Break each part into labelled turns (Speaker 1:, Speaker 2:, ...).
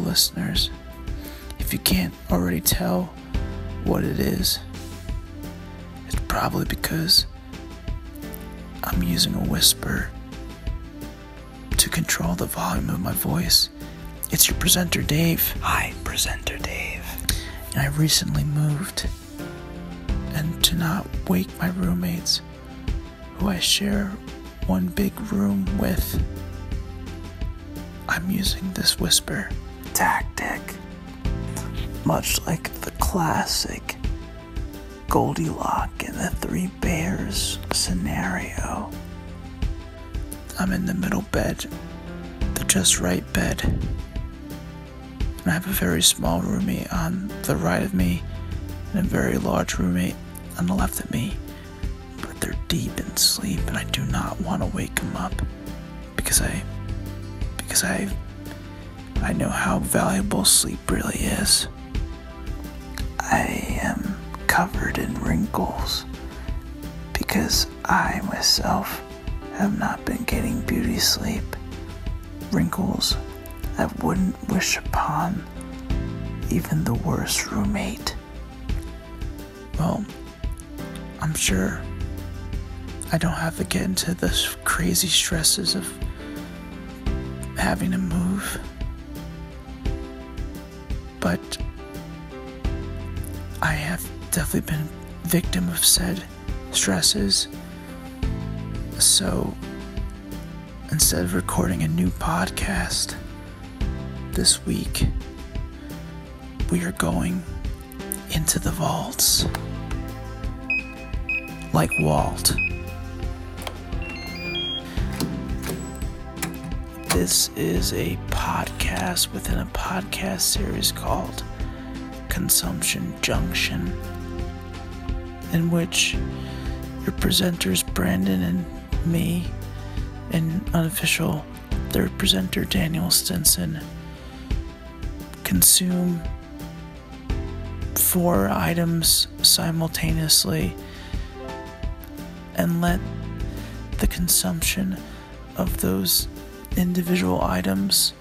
Speaker 1: listeners, if you can't already tell what it is, it's probably because I'm using a whisper to control the volume of my voice. It's your presenter, Dave.
Speaker 2: Hi, presenter Dave.
Speaker 1: And I recently moved. And to not wake my roommates, who I share one big room with, I'm using this whisper
Speaker 2: Tactic.
Speaker 1: much like the classic Goldilocks and the Three Bears scenario. I'm in the middle bed, the just right bed. And I have a very small roommate on the right of me and a very large roommate on the left of me. But they're deep in sleep and I do not want to wake them up because I because I I know how valuable sleep really is. I am covered in wrinkles because I myself have not been getting beauty sleep. Wrinkles I wouldn't wish upon even the worst roommate. Well, I'm sure I don't have to get into the crazy stresses of having to move but I have definitely been victim of said stresses. So instead of recording a new podcast this week, we are going into the vaults. Like Walt. This is a podcast within a podcast series called Consumption Junction, in which your presenters, Brandon and me, and unofficial third presenter, Daniel Stinson, consume four items simultaneously and let the consumption of those individual items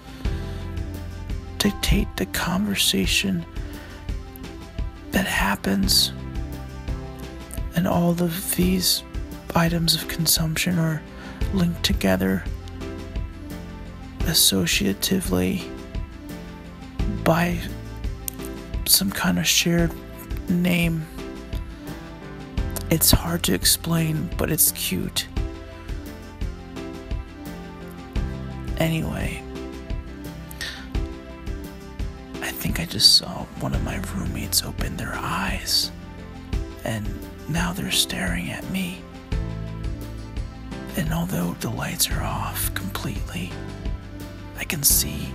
Speaker 1: dictate the conversation that happens. And all of these items of consumption are linked together associatively by some kind of shared name. It's hard to explain, but it's cute. Anyway, I think I just saw one of my roommates open their eyes, and now they're staring at me. And although the lights are off completely, I can see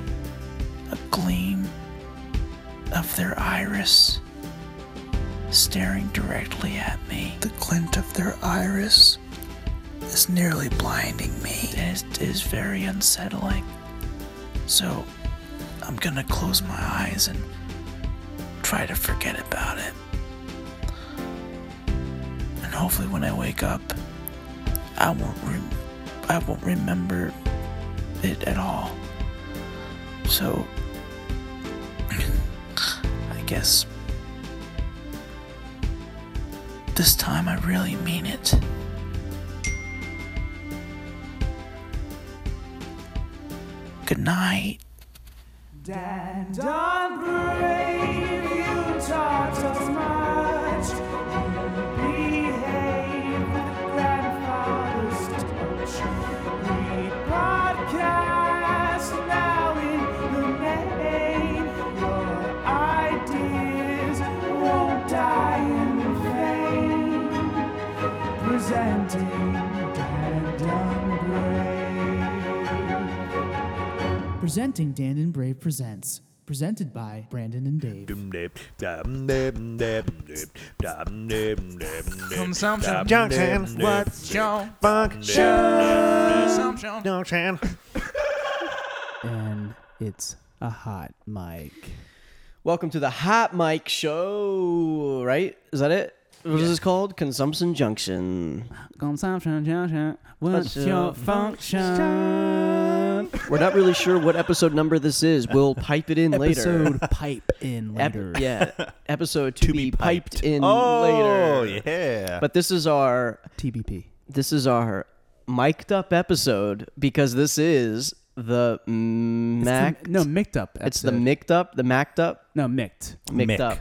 Speaker 1: a gleam of their iris staring directly at me. The glint of their iris is nearly blinding me. And it is very unsettling. So I'm gonna close my eyes and try to forget about it. And hopefully when I wake up, I won't rem- I won't remember it at all. So I guess this time I really mean it. Good night.
Speaker 3: Stand on brave, you taught us much. You behave with grandfather's touch. We podcast now in the main. Your ideas won't die in vain. Presenting Dan Dunbrave.
Speaker 4: Presenting Dan and Brave Presents, presented by Brandon and Dave.
Speaker 5: Consumption
Speaker 6: Junction.
Speaker 5: What's your
Speaker 6: Bug
Speaker 5: consumption?
Speaker 6: Junction.
Speaker 7: and it's a hot mic.
Speaker 8: Welcome to the Hot Mic Show, right? Is that it? What is this called? Consumption Junction.
Speaker 7: Consumption, junction. What's
Speaker 8: What's your
Speaker 7: your function?
Speaker 8: We're not really sure what episode number this is. We'll pipe it in later.
Speaker 9: Episode pipe in
Speaker 8: Ep-
Speaker 9: later.
Speaker 8: yeah, episode to, be, piped, in
Speaker 6: Oh,
Speaker 8: later.
Speaker 6: yeah.
Speaker 8: But this is our
Speaker 9: TBP.
Speaker 8: this is our mic'd up episode because this is the Mac.
Speaker 9: It's the, no, micked up.
Speaker 8: it's the
Speaker 9: episode.
Speaker 8: micked up, the macked up,
Speaker 9: No, micked.
Speaker 8: micked
Speaker 6: Mick.
Speaker 8: up.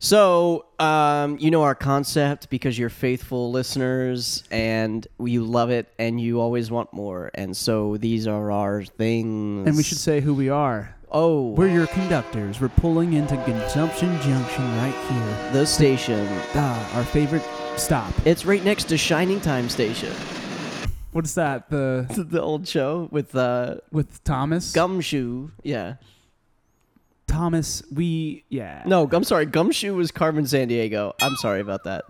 Speaker 8: So um, you know our concept because you're faithful listeners and you love it and you always want more. And so these are our things.
Speaker 9: And we should say who we are.
Speaker 8: oh,
Speaker 9: We're your conductors. We're pulling into Consumption Junction right here.
Speaker 8: the station.
Speaker 9: Ah, our favorite stop.
Speaker 8: It's right next to Shining Time Station,
Speaker 9: What's that? The
Speaker 8: the old show with uh,
Speaker 9: with Thomas.
Speaker 8: Gumshoe. Yeah.
Speaker 9: Thomas. We yeah.
Speaker 8: No, I'm sorry. Gumshoe was Carmen San Diego. I'm sorry about that.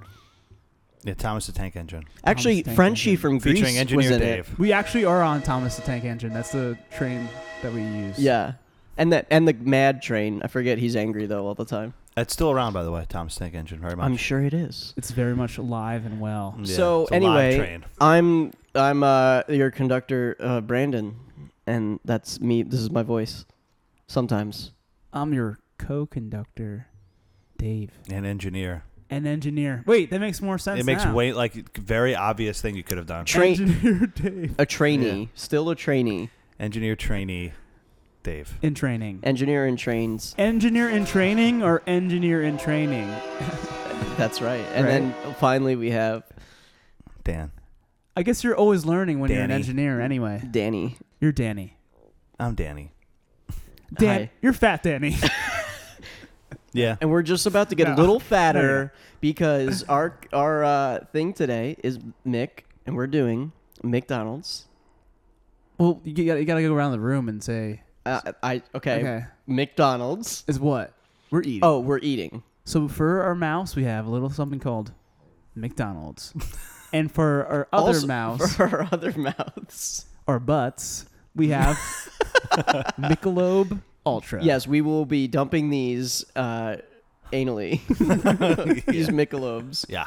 Speaker 6: yeah, Thomas the Tank Engine.
Speaker 8: Actually,
Speaker 9: Tank
Speaker 8: Frenchie
Speaker 9: Engine.
Speaker 8: from Greece
Speaker 6: Featuring
Speaker 8: was
Speaker 6: Engineer
Speaker 8: in
Speaker 6: Dave.
Speaker 8: it.
Speaker 9: We actually are on Thomas the Tank Engine. That's the train that we use.
Speaker 8: Yeah, and that and the Mad Train. I forget he's angry though all the time.
Speaker 6: It's still around, by the way, Thomas Tank Engine, very much.
Speaker 8: I'm sure it is.
Speaker 9: It's very much alive and well.
Speaker 6: Yeah,
Speaker 8: so
Speaker 6: it's a live
Speaker 8: anyway,
Speaker 6: train.
Speaker 8: I'm I'm uh, your conductor, uh, Brandon, and that's me. This is my voice. Sometimes
Speaker 9: I'm your co-conductor, Dave,
Speaker 6: an engineer.
Speaker 9: an engineer. Wait, that makes more sense.
Speaker 6: It makes
Speaker 9: now.
Speaker 6: way like very obvious thing you could have done.
Speaker 8: Train-
Speaker 9: engineer Dave
Speaker 8: a trainee, still a trainee,
Speaker 6: Engineer trainee, Dave.
Speaker 9: in training.
Speaker 8: engineer in trains.
Speaker 9: engineer in training or engineer in training?
Speaker 8: That's right. And then finally we have
Speaker 6: Dan.
Speaker 9: I guess you're always learning when you're an
Speaker 6: Danny.
Speaker 9: engineer anyway.
Speaker 8: Danny.
Speaker 9: You're Danny.
Speaker 6: I'm Danny.
Speaker 9: Dan,
Speaker 8: Hi.
Speaker 9: you're fat Danny.
Speaker 6: Yeah.
Speaker 8: and we're just about to get a
Speaker 9: No.
Speaker 8: little fatter because our our uh, thing today is Mick, and we're doing McDonald's.
Speaker 9: well, you gotta, you gotta go around the room and say,
Speaker 8: Uh, I okay,
Speaker 9: okay,
Speaker 8: McDonald's.
Speaker 9: is what? We're eating.
Speaker 8: Oh, we're eating.
Speaker 9: So for our mouse, we have a little something called McDonald's. and for our other
Speaker 8: Also-
Speaker 9: mouse,
Speaker 8: for our other mouths.
Speaker 9: our butts, we have Michelob Ultra.
Speaker 8: Yes, we will be dumping these uh, anally. these Michelobes.
Speaker 6: Yeah.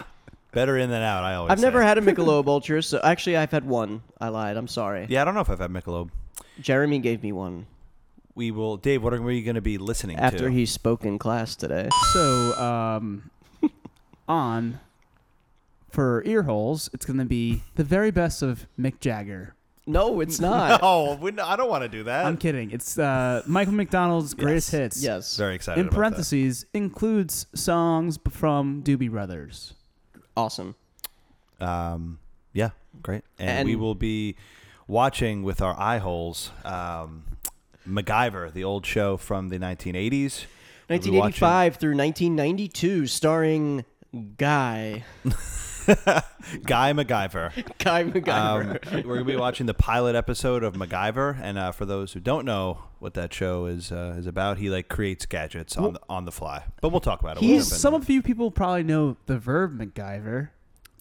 Speaker 6: Better in than out. I always.
Speaker 8: I've never
Speaker 6: say.
Speaker 8: had a Michelob Ultra, so actually I've had one. I lied. I'm sorry.
Speaker 6: Yeah, I don't know if I've had Michelob.
Speaker 8: Jeremy gave me one
Speaker 6: We will, Dave. What are we going to be listening to?
Speaker 8: after he spoke in class today.
Speaker 9: So um, on for ear holes, it's going to be the very best of Mick Jagger.
Speaker 8: No, it's not.
Speaker 6: No, Oh, we, no, I don't want to do that.
Speaker 9: I'm kidding. It's uh, Michael McDonald's greatest hits.
Speaker 8: Yes.
Speaker 6: Very excited.
Speaker 9: In
Speaker 6: about that.
Speaker 9: parentheses, includes songs from Doobie Brothers.
Speaker 8: Awesome.
Speaker 6: Um, yeah, great. And,
Speaker 8: And-
Speaker 6: we will be watching with our eye holes um, MacGyver, the old show from the 1980s. We'll be watching-
Speaker 8: 1985 through 1992, starring Guy.
Speaker 6: Guy MacGyver.
Speaker 8: Guy MacGyver.
Speaker 6: Um, we're gonna be watching the pilot episode of MacGyver, and uh, for those who don't know what that show is uh, is about, he like creates gadgets on the, on the fly. But we'll talk about it. a little bit.
Speaker 9: Some of you people probably know the verb MacGyver.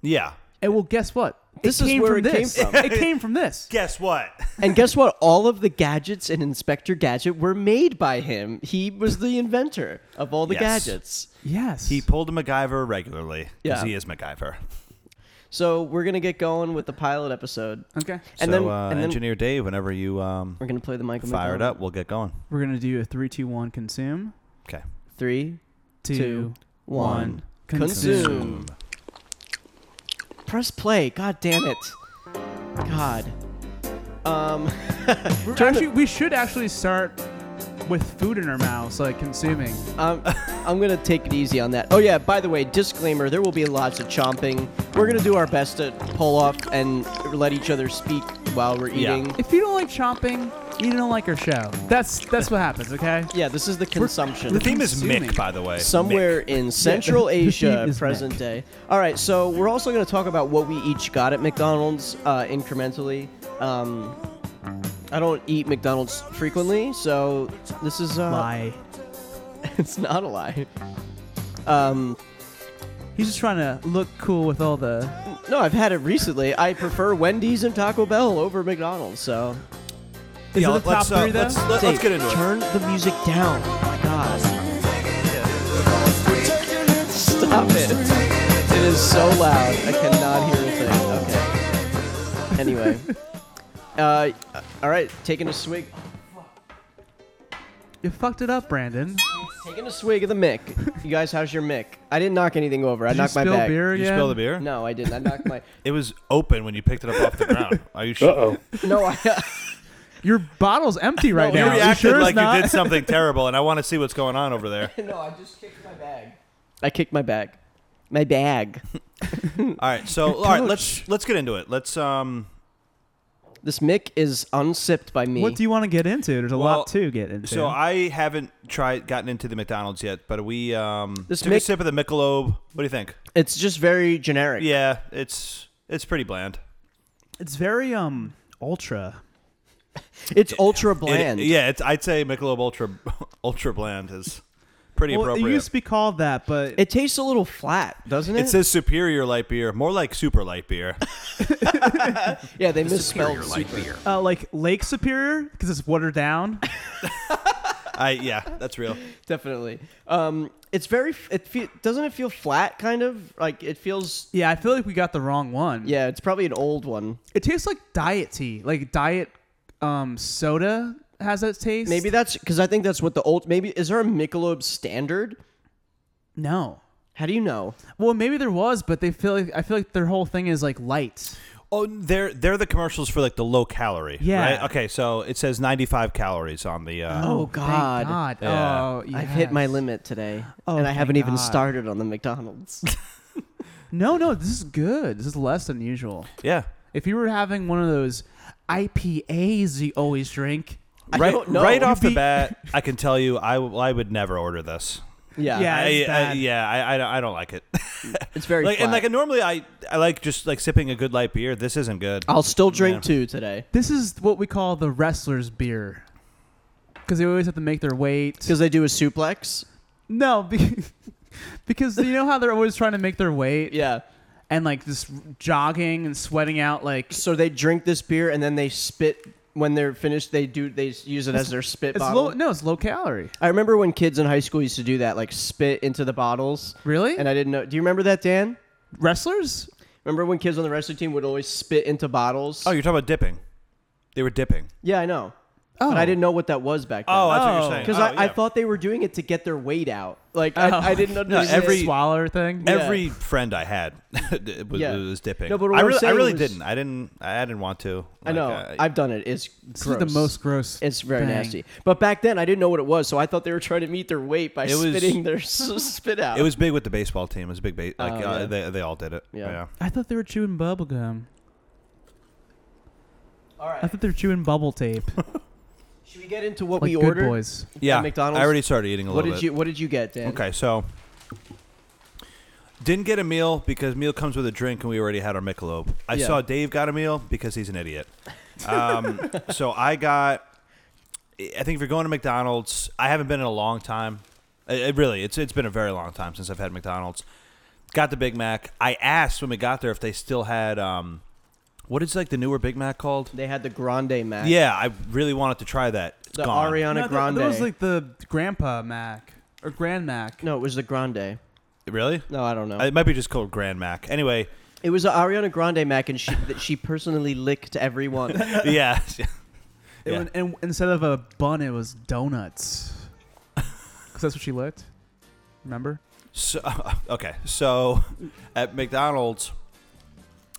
Speaker 6: yeah.
Speaker 9: And well, guess what?
Speaker 8: This is where it came
Speaker 9: this.
Speaker 8: from.
Speaker 9: it came from this.
Speaker 6: Guess what?
Speaker 8: and guess what? All of the gadgets in Inspector Gadget were made by him. He was the inventor of all the
Speaker 6: Yes.
Speaker 8: gadgets.
Speaker 9: Yes.
Speaker 6: He pulled a MacGyver regularly because
Speaker 8: Yeah.
Speaker 6: he is MacGyver.
Speaker 8: So we're gonna get going with the pilot episode,
Speaker 9: okay.
Speaker 8: and
Speaker 6: so,
Speaker 8: then
Speaker 6: uh,
Speaker 8: and then
Speaker 6: engineer Dave, whenever you um,
Speaker 8: we're gonna play the Michael.
Speaker 6: fire it
Speaker 8: McDonald.
Speaker 6: up, we'll get going.
Speaker 9: We're going to do a three, two, one. consume.
Speaker 6: Okay.
Speaker 8: Three,
Speaker 9: Two,
Speaker 8: Two,
Speaker 9: one.
Speaker 8: one. Consume. Press play. God damn it. God. Um.
Speaker 9: We're
Speaker 8: Turn
Speaker 9: actually, we should actually start with food in our mouths, like consuming.
Speaker 8: Um, I'm gonna take it easy on that. Oh yeah, by the way, disclaimer: there will be lots of chomping. We're gonna do our best to pull off and let each other speak while we're
Speaker 6: Yeah.
Speaker 8: eating. Yeah,
Speaker 9: If you don't like chomping, you don't like our show. That's that's what happens, okay?
Speaker 8: this is the consumption.
Speaker 6: The theme is
Speaker 9: Consuming.
Speaker 6: Mick, by the way.
Speaker 8: Somewhere in Central
Speaker 9: the
Speaker 8: Asia,
Speaker 9: theme is
Speaker 8: present
Speaker 9: Mac.
Speaker 8: day. All right, so we're also gonna talk about what we each got at McDonald's uh, incrementally. Um, I don't eat McDonald's frequently, so this is uh,
Speaker 9: Lie.
Speaker 8: It's not a lie. Um,
Speaker 9: He's just trying to look cool with all the.
Speaker 8: No, I've had it recently. I prefer Wendy's and Taco Bell over McDonald's. So
Speaker 9: Is
Speaker 6: Yeah,
Speaker 9: it the
Speaker 6: let's,
Speaker 9: top
Speaker 6: uh,
Speaker 9: three though?
Speaker 6: let's- let- let's
Speaker 8: Dave,
Speaker 6: get into it.
Speaker 8: Turn the music down. Oh my God. Stop it. It is so loud. I cannot hear a thing. Okay. Anyway, Uh, all right, taking a swig,
Speaker 9: You fucked it up, Brandon.
Speaker 8: taking a swig of the mic. You guys, how's your mic? I didn't knock anything over. I
Speaker 9: Did you
Speaker 8: knocked my
Speaker 9: spill
Speaker 8: bag.
Speaker 9: beer
Speaker 6: Did you
Speaker 9: again?
Speaker 6: spill the beer?
Speaker 8: No, I didn't. I knocked my.
Speaker 6: It was open when you picked it up off the ground. Are you sure?
Speaker 5: Uh-oh.
Speaker 8: No, I.
Speaker 9: Your bottle's empty right
Speaker 8: No,
Speaker 9: now.
Speaker 6: You
Speaker 8: you're
Speaker 6: reacted
Speaker 9: sure it's
Speaker 6: like
Speaker 9: not?
Speaker 6: you did something terrible, and I want to see what's going on over there.
Speaker 8: no, I just kicked my bag. I kicked my bag. My bag.
Speaker 6: All right, so all right, let's let's get into it. Let's um.
Speaker 8: This mic is unsipped by me.
Speaker 9: What do you want to get into? There's a
Speaker 6: Well,
Speaker 9: lot to get into.
Speaker 6: So uh, I haven't tried gotten into the McDonald's yet, but we um
Speaker 8: This
Speaker 6: took a
Speaker 8: Mc-
Speaker 6: sip of the Michelob. What do you think?
Speaker 8: it's just very generic.
Speaker 6: Yeah, it's it's pretty bland.
Speaker 9: it's very um ultra.
Speaker 8: It's ultra
Speaker 6: It-
Speaker 8: bland.
Speaker 6: yeah, it's I'd say Michelob Ultra Ultra Bland is pretty
Speaker 9: Well, it
Speaker 6: appropriate.
Speaker 9: used to be called that, but
Speaker 8: It tastes a little flat, doesn't it?
Speaker 6: it says superior light beer, more like super light beer.
Speaker 8: yeah, they misspelled super.
Speaker 9: uh, like Lake Superior because it's watered down.
Speaker 6: I yeah, that's real.
Speaker 8: Definitely. Um, it's very. It fe- doesn't it feel flat? Kind of like it feels.
Speaker 9: yeah, I feel like we got the wrong one.
Speaker 8: Yeah, it's probably an old one.
Speaker 9: it tastes like diet tea, like diet um soda has that taste.
Speaker 8: Maybe that's because I think that's what the old. Maybe is there a Michelob standard?
Speaker 9: no.
Speaker 8: How do you know?
Speaker 9: Well, maybe there was, but they feel like I feel like their whole thing is like light.
Speaker 6: Oh, they're they're the commercials for like the low calorie.
Speaker 9: Yeah.
Speaker 6: Right? Okay, so it says 95 calories on the. Uh,
Speaker 8: Oh, God.
Speaker 9: Thank God.
Speaker 6: Yeah.
Speaker 9: Oh, yes.
Speaker 8: I've hit my limit today,
Speaker 9: Oh,
Speaker 8: and I
Speaker 9: thank
Speaker 8: haven't even
Speaker 9: God.
Speaker 8: started on the McDonald's.
Speaker 9: No, no, this is good. This is less than usual.
Speaker 6: Yeah.
Speaker 9: If you were having one of those IPAs you always drink,
Speaker 6: Right,
Speaker 8: don't know.
Speaker 6: right off the
Speaker 9: You'd be-
Speaker 6: bat, I can tell you, I, w- I would never order this.
Speaker 8: yeah,
Speaker 9: Yeah.
Speaker 6: I,
Speaker 9: it's
Speaker 6: I,
Speaker 9: bad.
Speaker 6: yeah, I, I, don't- I don't like it.
Speaker 8: it's very.
Speaker 6: like
Speaker 8: flat.
Speaker 6: and like normally, I, I like just like sipping a good light beer. This isn't good.
Speaker 8: I'll still drink
Speaker 6: Yeah.
Speaker 8: two today
Speaker 9: this is what we call the wrestler's beer. Because they always have to make their weight.
Speaker 8: because they do a suplex.
Speaker 9: No, be- because you know how they're always trying to make their weight
Speaker 8: Yeah.
Speaker 9: and like just jogging and sweating out like
Speaker 8: So they drink this beer and then they spit when they're finished. They do. They s- use it as their spit
Speaker 9: it's
Speaker 8: bottle.
Speaker 9: low. No, it's low calorie.
Speaker 8: I remember when kids in high school used to do that, like spit into the bottles.
Speaker 9: Really?
Speaker 8: And I didn't know. Do you remember that, Dan?
Speaker 9: Wrestlers?
Speaker 8: Remember when kids on the wrestling team would always spit into bottles?
Speaker 6: oh, you're talking about dipping. They were dipping.
Speaker 8: yeah, I know.
Speaker 9: Oh,
Speaker 8: But I didn't know what that was back then.
Speaker 6: Oh, that's what
Speaker 9: Oh.
Speaker 6: you're saying.
Speaker 8: because
Speaker 6: Oh,
Speaker 8: I, I
Speaker 6: yeah.
Speaker 8: thought they were doing it to get their weight out. Like
Speaker 9: Oh.
Speaker 8: I, I didn't understand.
Speaker 6: every-
Speaker 9: swaller thing.
Speaker 6: every friend I had it was,
Speaker 8: Yeah.
Speaker 6: it was dipping.
Speaker 8: No, but what
Speaker 6: I
Speaker 8: I'm
Speaker 6: really, I
Speaker 8: saying
Speaker 6: really
Speaker 8: was-
Speaker 6: didn't. I didn't. I didn't want to.
Speaker 8: I know.
Speaker 6: Like,
Speaker 8: I've done it. It's
Speaker 9: This
Speaker 8: gross.
Speaker 9: is the most gross.
Speaker 8: It's very
Speaker 9: thing.
Speaker 8: nasty. But back then, I didn't know what it was, so I thought they were trying to meet their weight by
Speaker 6: It was-
Speaker 8: spitting their s- spit out.
Speaker 6: it was big with the baseball team. It was a big. Ba- like
Speaker 8: Oh,
Speaker 6: uh,
Speaker 8: yeah.
Speaker 6: they, they all did it.
Speaker 8: Yeah.
Speaker 6: yeah.
Speaker 9: I thought they were chewing bubble gum.
Speaker 8: All
Speaker 9: I
Speaker 8: right.
Speaker 9: thought they were chewing bubble tape.
Speaker 8: Should we get into what
Speaker 9: like
Speaker 8: we
Speaker 9: good
Speaker 8: ordered?
Speaker 9: boys.
Speaker 6: Yeah,
Speaker 8: McDonald's?
Speaker 6: I already started eating a
Speaker 8: What
Speaker 6: little
Speaker 8: did
Speaker 6: bit.
Speaker 8: you What did you get, Dan?
Speaker 6: Okay, so didn't get a meal because meal comes with a drink, and we already had our Michelob. I
Speaker 8: Yeah.
Speaker 6: saw Dave got a meal because he's an idiot. Um, so I got. I think if you're going to McDonald's, I haven't been in a long time. It, it really, it's it's been a very long time since I've had McDonald's. Got the Big Mac. I asked when we got there if they still had um, what is like the newer Big Mac called?
Speaker 8: They had the Grande Mac.
Speaker 6: Yeah, I really wanted to try that. It's
Speaker 8: The
Speaker 6: gone.
Speaker 8: Ariana
Speaker 9: No, that-
Speaker 8: Grande.
Speaker 9: That was like the grandpa Mac or grand Mac.
Speaker 8: no, it was the Grande.
Speaker 6: Really?
Speaker 8: No, I don't know.
Speaker 6: It might be just called Grand Mac. Anyway,
Speaker 8: it was the Ariana Grande Mac, and she that she personally licked everyone.
Speaker 6: yeah.
Speaker 9: It
Speaker 6: Yeah.
Speaker 9: was- and instead of a bun, it was donuts. Because that's what she looked. Remember?
Speaker 6: So okay, so at McDonald's,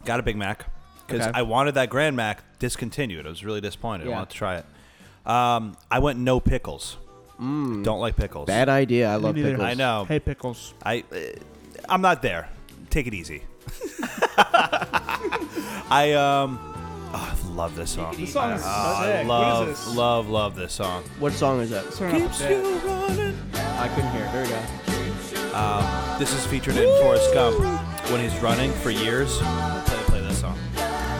Speaker 6: got a Big Mac because
Speaker 9: Okay.
Speaker 6: I wanted that Grand Mac discontinued. I was really disappointed.
Speaker 8: Yeah.
Speaker 6: I wanted to try it. Um, I went no pickles. Don't like pickles.
Speaker 8: Mm. Bad idea. I love
Speaker 9: neither.
Speaker 8: pickles.
Speaker 6: I know.
Speaker 9: Hey, pickles.
Speaker 6: I uh, I'm not there. Take it easy. I um oh, I love this song.
Speaker 9: This song is
Speaker 6: Oh, I love love love this song.
Speaker 8: What song is that?
Speaker 6: Keeps you running.
Speaker 8: I couldn't hear. There we go.
Speaker 6: This is featured in Forrest Gump when he's running for years. Play, play this song.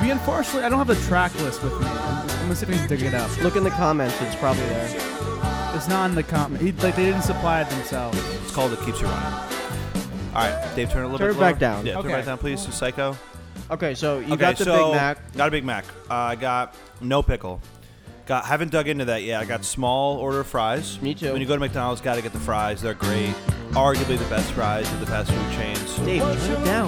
Speaker 9: We unfortunately, I don't have the track list with me. I'm, I'm gonna see if I can dig it up.
Speaker 8: Look in the comments. It's probably there.
Speaker 9: It's not in the comment. He, like they didn't supply it themselves.
Speaker 6: It's called It Keeps You Running. All right, Dave, turn it a little
Speaker 8: Turn
Speaker 6: bit
Speaker 8: it back
Speaker 6: lower.
Speaker 8: down.
Speaker 6: Yeah, turn it
Speaker 9: Okay.
Speaker 6: back down, please. You psycho.
Speaker 8: Okay, so you
Speaker 6: okay,
Speaker 8: got the
Speaker 6: so
Speaker 8: Big Mac.
Speaker 6: Got a Big Mac. Uh, I got no pickle. Got haven't dug into that yet. I got small order of fries.
Speaker 8: Me too.
Speaker 6: When you go to McDonald's, got to get the fries. They're great. Arguably the best fries of the fast food chains.
Speaker 8: Dave, turn it down.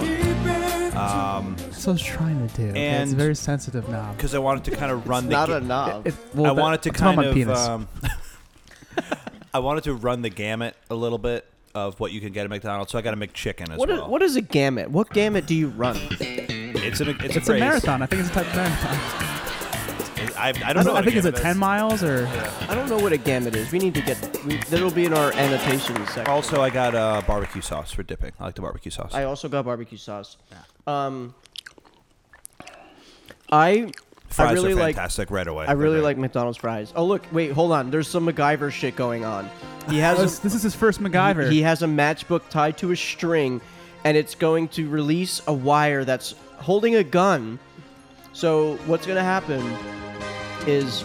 Speaker 6: Um,
Speaker 9: That's what I was trying to do.
Speaker 6: And-
Speaker 9: it's a very sensitive knob.
Speaker 6: because I wanted to kind of run the
Speaker 8: Not
Speaker 6: ga-
Speaker 8: a knob.
Speaker 9: It- well,
Speaker 6: I
Speaker 9: that-
Speaker 6: wanted to
Speaker 9: I'm talking
Speaker 6: kind
Speaker 9: about
Speaker 6: of
Speaker 9: penis.
Speaker 6: um, I wanted to run the gamut a little bit of what you can get at McDonald's. So I got a McChicken as
Speaker 8: What,
Speaker 6: well.
Speaker 8: i- what is a gamut? What gamut do you run?
Speaker 6: It's a
Speaker 9: it's
Speaker 6: it's, a,
Speaker 9: a
Speaker 6: phrase.
Speaker 9: marathon. I think it's a type of marathon.
Speaker 6: I, I don't
Speaker 9: I,
Speaker 6: know. what
Speaker 9: think it's a
Speaker 6: gamut is.
Speaker 9: ten miles or
Speaker 8: I don't know what a gamut is. We need to get. We, that'll be in our annotation section.
Speaker 6: Also, I got uh, barbecue sauce for dipping. I like the barbecue sauce.
Speaker 8: I also got barbecue sauce. Um, I
Speaker 6: Fries
Speaker 8: I really
Speaker 6: are
Speaker 8: like
Speaker 6: fantastic right away.
Speaker 8: I really
Speaker 6: They're
Speaker 8: like McDonald's fries. Oh look, wait, hold on. There's some MacGyver shit going on. He
Speaker 9: Oh, this,
Speaker 8: has
Speaker 9: this is his first
Speaker 8: a,
Speaker 9: MacGyver.
Speaker 8: he has a matchbook tied to a string, and it's going to release a wire that's holding a gun. So what's gonna happen is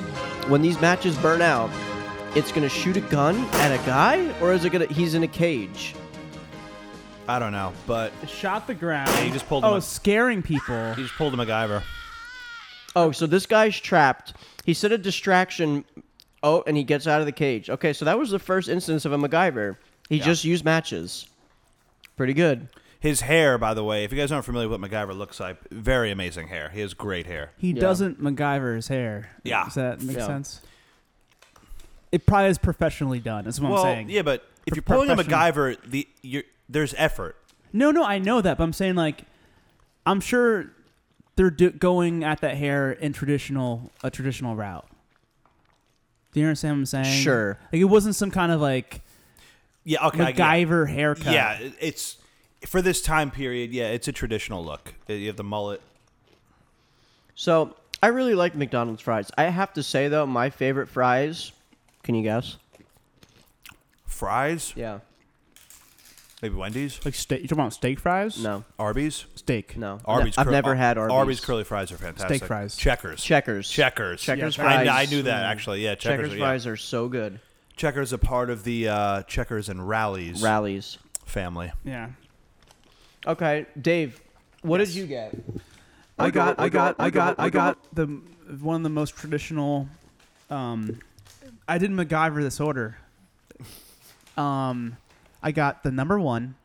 Speaker 8: when these matches burn out, it's gonna shoot a gun at a guy, or is it gonna? He's in a cage.
Speaker 6: great. I don't know, but
Speaker 9: shot the ground.
Speaker 6: he just pulled him
Speaker 9: Oh,
Speaker 6: up.
Speaker 9: scaring people.
Speaker 6: he just pulled a MacGyver.
Speaker 8: Oh, so this guy's trapped. He set a distraction. Oh, and he gets out of the cage. Okay, so that was the first instance of a MacGyver. He just used matches. Pretty good.
Speaker 6: His hair, by the way, if you guys aren't familiar with what MacGyver looks like, very amazing hair. He has great hair.
Speaker 9: He
Speaker 8: Yeah.
Speaker 9: doesn't MacGyver his hair.
Speaker 6: Yeah.
Speaker 9: Does that make
Speaker 8: Yeah.
Speaker 9: sense? It probably is professionally done. Is what
Speaker 6: well,
Speaker 9: I'm saying.
Speaker 6: yeah, but if
Speaker 9: For
Speaker 6: you're pulling a
Speaker 9: professional-
Speaker 6: MacGyver, the you're, there's effort.
Speaker 9: No, no, I know that, but I'm saying like, I'm sure they're do- going at that hair in traditional a traditional route. Do you understand what I'm saying?
Speaker 8: Sure.
Speaker 9: Like it wasn't some kind of like
Speaker 6: Yeah, okay, I get it.
Speaker 9: MacGyver haircut.
Speaker 6: Yeah, it- it's for this time period. Yeah, it's a traditional look. Uh, You have the mullet.
Speaker 8: So I really like McDonald's fries. I have to say though, my favorite fries. Can you guess?
Speaker 6: Fries,
Speaker 8: Yeah.
Speaker 6: maybe Wendy's,
Speaker 9: Like steak. You talking about steak fries?
Speaker 8: No.
Speaker 6: Arby's,
Speaker 9: Steak.
Speaker 8: No.
Speaker 6: Arby's.
Speaker 8: I've
Speaker 6: cur-
Speaker 8: never had Arby's.
Speaker 6: Arby's curly fries are fantastic.
Speaker 9: Steak fries.
Speaker 6: Checkers.
Speaker 8: Checkers.
Speaker 6: Checkers.
Speaker 8: Checkers
Speaker 6: I, kn- I
Speaker 8: fries. Mm.
Speaker 6: knew that actually. Yeah, checkers.
Speaker 8: Checkers
Speaker 6: yeah.
Speaker 8: fries are so good.
Speaker 6: Checkers a part of the uh, Checkers and Rallies
Speaker 8: Rallies.
Speaker 6: family.
Speaker 9: Yeah.
Speaker 8: Okay, Dave. What did you get?
Speaker 9: I got, I got, I got, I got the one of the most traditional. Um, I did MacGyver this order. Um, I got the number one,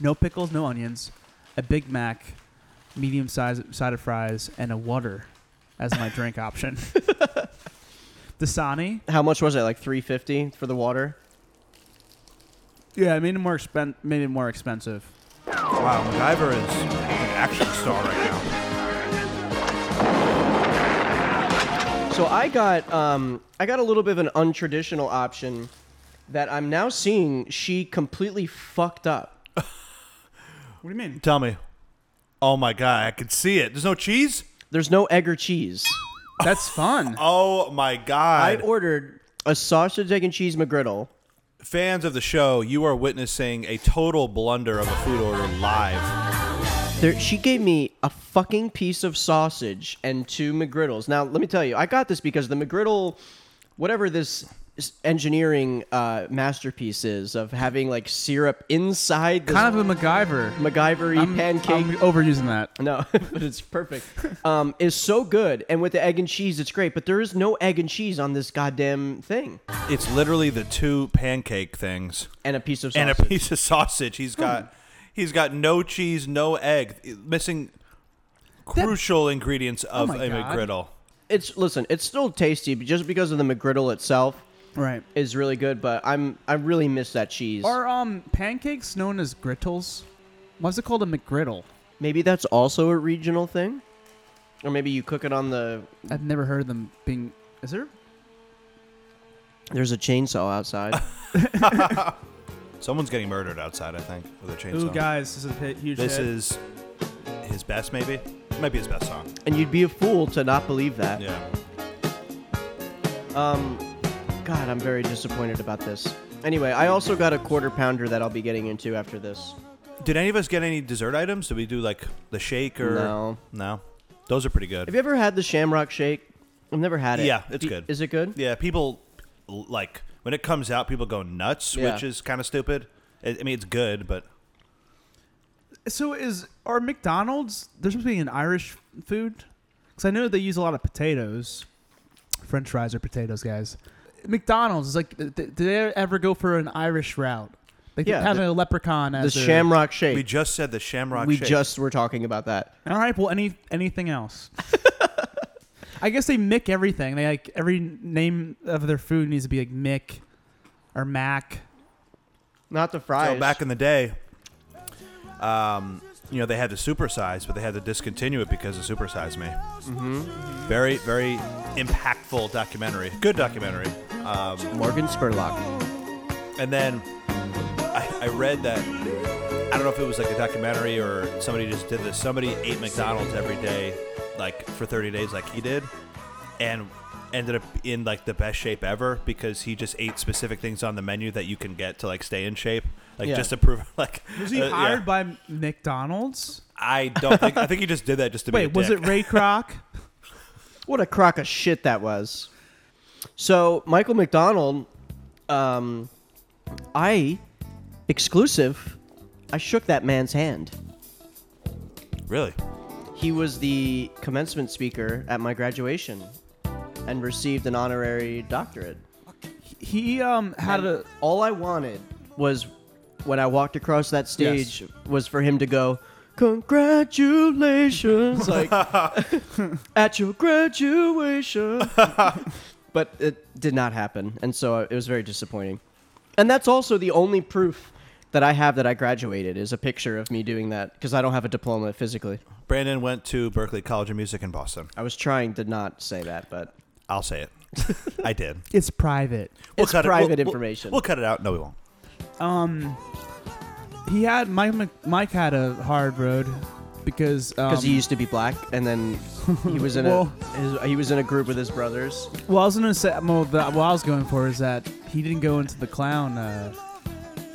Speaker 9: no pickles, no onions, a Big Mac, medium size side of fries, and a water as my drink option. Dasani,
Speaker 8: How much was it? Like three fifty for the water.
Speaker 9: yeah, it made it more expen- made it more expensive.
Speaker 6: Wow, MacGyver is an action star right now.
Speaker 8: So I got um, I got a little bit of an untraditional option that I'm now seeing she completely fucked up.
Speaker 9: What do you mean?
Speaker 6: Tell me. Oh my god, I can see it. There's no cheese.
Speaker 8: There's no egg or cheese.
Speaker 9: That's fun.
Speaker 6: Oh my
Speaker 8: I
Speaker 6: god.
Speaker 8: ordered a sausage, egg, and cheese McGriddle.
Speaker 6: Fans of the show, you are witnessing a total blunder of a food order live.
Speaker 8: There, she gave me a fucking piece of sausage and two McGriddles. Now let me tell you, I got this because the McGriddle, whatever this s- engineering uh, masterpiece is of having like syrup inside this
Speaker 9: Kind of a MacGyver.
Speaker 8: MacGyver
Speaker 9: I'm-
Speaker 8: pancake.
Speaker 9: I'm overusing that.
Speaker 8: No, but it's perfect. Um, is so good, and with the egg and cheese, it's great. But there is no egg and cheese on this goddamn thing,
Speaker 6: It's literally the two pancake things
Speaker 8: and a piece of
Speaker 6: and
Speaker 8: sausage.
Speaker 6: a piece of sausage. He's got he's got no cheese, no egg, missing crucial ingredients of
Speaker 9: my
Speaker 6: a
Speaker 9: God.
Speaker 6: McGriddle.
Speaker 8: It's listen, it's still tasty, but just because of the McGriddle itself
Speaker 9: Right.
Speaker 8: is really good. But I'm I really miss that cheese.
Speaker 9: Are um pancakes known as griddles? Why's it called a McGriddle?
Speaker 8: maybe that's also a regional thing, or maybe you cook it on the.
Speaker 9: I've never heard of them being. Is there?
Speaker 8: There's a chainsaw outside.
Speaker 6: Someone's getting murdered outside, I think, with a chainsaw.
Speaker 9: Ooh, guys, this is a huge.
Speaker 6: This is his best, maybe. It might be his best song.
Speaker 8: and you'd be a fool to not believe that.
Speaker 6: Yeah.
Speaker 8: Um, God, I'm very disappointed about this. Anyway, I also got a quarter pounder that I'll be getting into after this.
Speaker 6: Did any of us get any dessert items? Did we do like the shake or
Speaker 8: No.
Speaker 6: No, those are pretty good.
Speaker 8: Have you ever had the Shamrock Shake? I've never had it.
Speaker 6: Yeah, it's
Speaker 8: Do-
Speaker 6: good.
Speaker 8: Is it good?
Speaker 6: yeah, people l- like when it comes out, people go nuts,
Speaker 8: Yeah.
Speaker 6: which is kind of stupid. I I mean, it's good, but
Speaker 9: So is are McDonald's? There's supposed to be an Irish food, because I know they use a lot of potatoes. French fries are potatoes, guys. McDonald's is like, th- th- do they ever go for an Irish route? They
Speaker 8: Yeah,
Speaker 9: keep having
Speaker 8: the-
Speaker 9: a leprechaun
Speaker 8: the
Speaker 9: as their-
Speaker 8: Shamrock Shake.
Speaker 6: We just said the Shamrock
Speaker 8: we
Speaker 6: Shake.
Speaker 8: just were talking about that.
Speaker 9: All right. Well, any anything else? I guess they Mick everything. They like every name of their food needs to be like Mick or Mac.
Speaker 8: Not the fries.
Speaker 6: so back in the day, um, you know, they had the supersize, but they had to discontinue it because of Supersize Me. Mm-hmm. Very, very impactful documentary. Good documentary. Um,
Speaker 8: Morgan Spurlock.
Speaker 6: And then I, I read that I don't know if it was like a documentary or somebody just did this. Somebody ate McDonald's every day, like for 30 days, like he did, and ended up in like the best shape ever because he just ate specific things on the menu that you can get to like stay in shape, like
Speaker 8: Yeah.
Speaker 6: just to prove like.
Speaker 9: Was he
Speaker 6: uh, yeah.
Speaker 9: hired by McDonald's?
Speaker 6: I don't think. I think he just did that just to be.
Speaker 9: Wait,
Speaker 6: a
Speaker 9: was
Speaker 6: dick.
Speaker 9: it Ray Kroc?
Speaker 8: What a crock of shit that was. So Michael McDonald, um, I exclusive. I shook that man's hand.
Speaker 6: really?
Speaker 8: He was the commencement speaker at my graduation, and received an honorary doctorate.
Speaker 9: He um had a
Speaker 8: all I wanted was when I walked across that stage was for him to go, "Congratulations!" like at your graduation. but it did not happen, and so it was very disappointing. And that's also the only proof that I have that I graduated is a picture of me doing that because I don't have a diploma physically.
Speaker 6: Brandon went to Berkeley College of Music in Boston.
Speaker 8: I was trying to not say that, but
Speaker 6: I'll say it. I did.
Speaker 9: it's private.
Speaker 8: It's private
Speaker 6: we'll-
Speaker 8: information.
Speaker 6: We'll, we'll cut it out. No, we won't.
Speaker 9: Um, he had Mike. Mc- Mike had a hard road because um,
Speaker 8: because he used to be black, and then he was in
Speaker 9: Well-
Speaker 8: a his, he was in a group with his brothers.
Speaker 9: Well, I was gonna say, well, the, what I was going for is that he didn't go into the clown uh,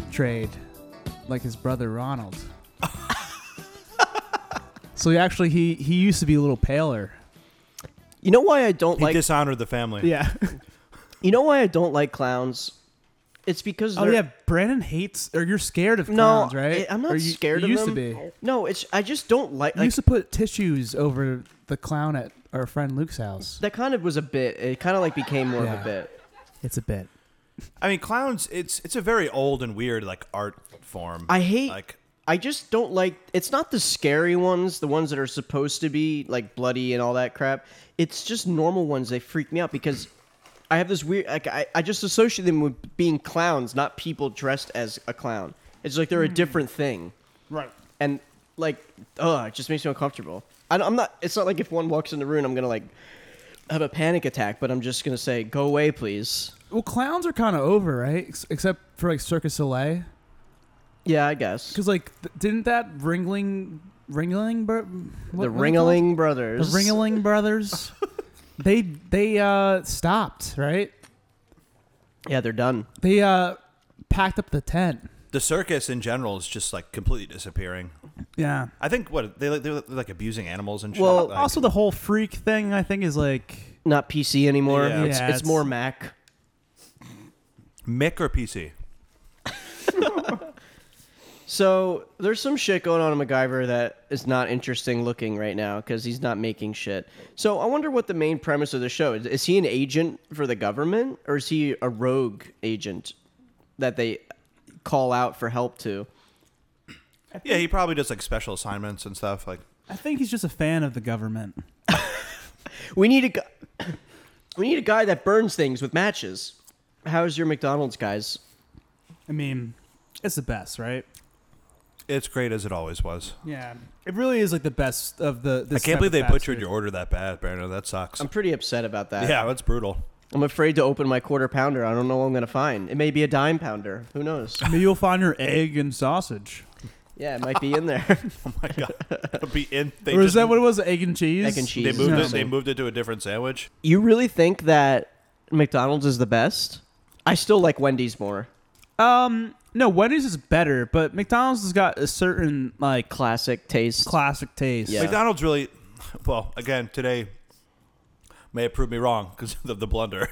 Speaker 9: trade like his brother Ronald. so he actually, he he used to be a little paler.
Speaker 8: You know why I don't
Speaker 6: He
Speaker 8: like
Speaker 6: dishonored the family.
Speaker 9: Yeah.
Speaker 8: You know why I don't like clowns? It's because
Speaker 9: oh
Speaker 8: they're-
Speaker 9: yeah, Brandon hates, or you're scared of
Speaker 8: no,
Speaker 9: clowns, right?
Speaker 8: I- I'm not
Speaker 9: Or you-
Speaker 8: scared
Speaker 9: you
Speaker 8: of
Speaker 9: used
Speaker 8: them.
Speaker 9: to be.
Speaker 8: No, it's I just don't like.
Speaker 9: you
Speaker 8: like
Speaker 9: used to put tissues over the clown at our friend Luke's house.
Speaker 8: that kind of was a bit. It kind of like became more of
Speaker 9: Yeah.
Speaker 8: a bit.
Speaker 9: It's a bit.
Speaker 6: I mean, clowns. It's it's a very old and weird like art form.
Speaker 8: I hate.
Speaker 6: like
Speaker 8: I just don't like. It's not the scary ones, the ones that are supposed to be like bloody and all that crap. It's just normal ones. They freak me out because I have this weird. Like I, I just associate them with being clowns, not people dressed as a clown. It's like
Speaker 9: Hmm.
Speaker 8: they're a different thing.
Speaker 9: Right.
Speaker 8: and like ugh, it just makes me uncomfortable I, i'm not it's not like if one walks in the room i'm gonna like have a panic attack but i'm just gonna say go away please
Speaker 9: Well, clowns are kind of over, right? Ex- except for like Circus Soleil.
Speaker 8: yeah i guess
Speaker 9: Because like, th- didn't that Ringling Ringling bro- what-
Speaker 8: the
Speaker 9: what are they called?
Speaker 8: ringling
Speaker 9: the
Speaker 8: brothers
Speaker 9: Ringling Brothers, they they uh, stopped right.
Speaker 8: yeah they're done
Speaker 9: They uh, packed up the tent.
Speaker 6: the circus in general is just like completely disappearing.
Speaker 9: Yeah.
Speaker 6: I think what they like they're like abusing animals and shit.
Speaker 8: Well,
Speaker 6: like,
Speaker 9: Also, the whole freak thing I think is like
Speaker 8: not pc anymore
Speaker 6: Yeah.
Speaker 8: it's,
Speaker 9: Yeah,
Speaker 8: it's
Speaker 9: it's-
Speaker 8: more mac
Speaker 6: Mick or PC.
Speaker 8: so there's some shit going on in MacGyver that is not interesting looking right now because he's not making shit. So I wonder what the main premise of the show is. Is he an agent for the government or is he a rogue agent that they call out for help to?
Speaker 6: Yeah, he probably does like special assignments and stuff. Like
Speaker 9: I think he's just a fan of the government.
Speaker 8: We need a gu- we need a guy that burns things with matches. How's your McDonald's guys?
Speaker 9: I mean, it's the best, right?
Speaker 6: it's great as it always was.
Speaker 9: Yeah, it really is like the best of the.
Speaker 6: I can't believe they butchered your order that bad, Brandon. That sucks.
Speaker 8: I'm pretty upset about that.
Speaker 6: yeah, that's brutal.
Speaker 8: I'm afraid to open my quarter pounder. I don't know what I'm gonna find. It may be a dime pounder. Who knows?
Speaker 9: Maybe you'll find your egg and sausage.
Speaker 8: Yeah, it might be in there.
Speaker 6: Oh my god, It'll be in. They
Speaker 9: Or is
Speaker 6: just-
Speaker 9: that what it was? Egg and cheese.
Speaker 8: Egg and cheese.
Speaker 6: They
Speaker 8: is
Speaker 6: moved
Speaker 9: No.
Speaker 6: it. They
Speaker 8: missing.
Speaker 6: moved it to a different sandwich.
Speaker 8: You really think that McDonald's is the best? I still like Wendy's more.
Speaker 9: Um, no, Wendy's is better, but McDonald's has got a certain like
Speaker 8: Classic taste.
Speaker 9: classic taste.
Speaker 8: Yeah.
Speaker 6: McDonald's really. Well, again, today may have proved me wrong because of the blunder,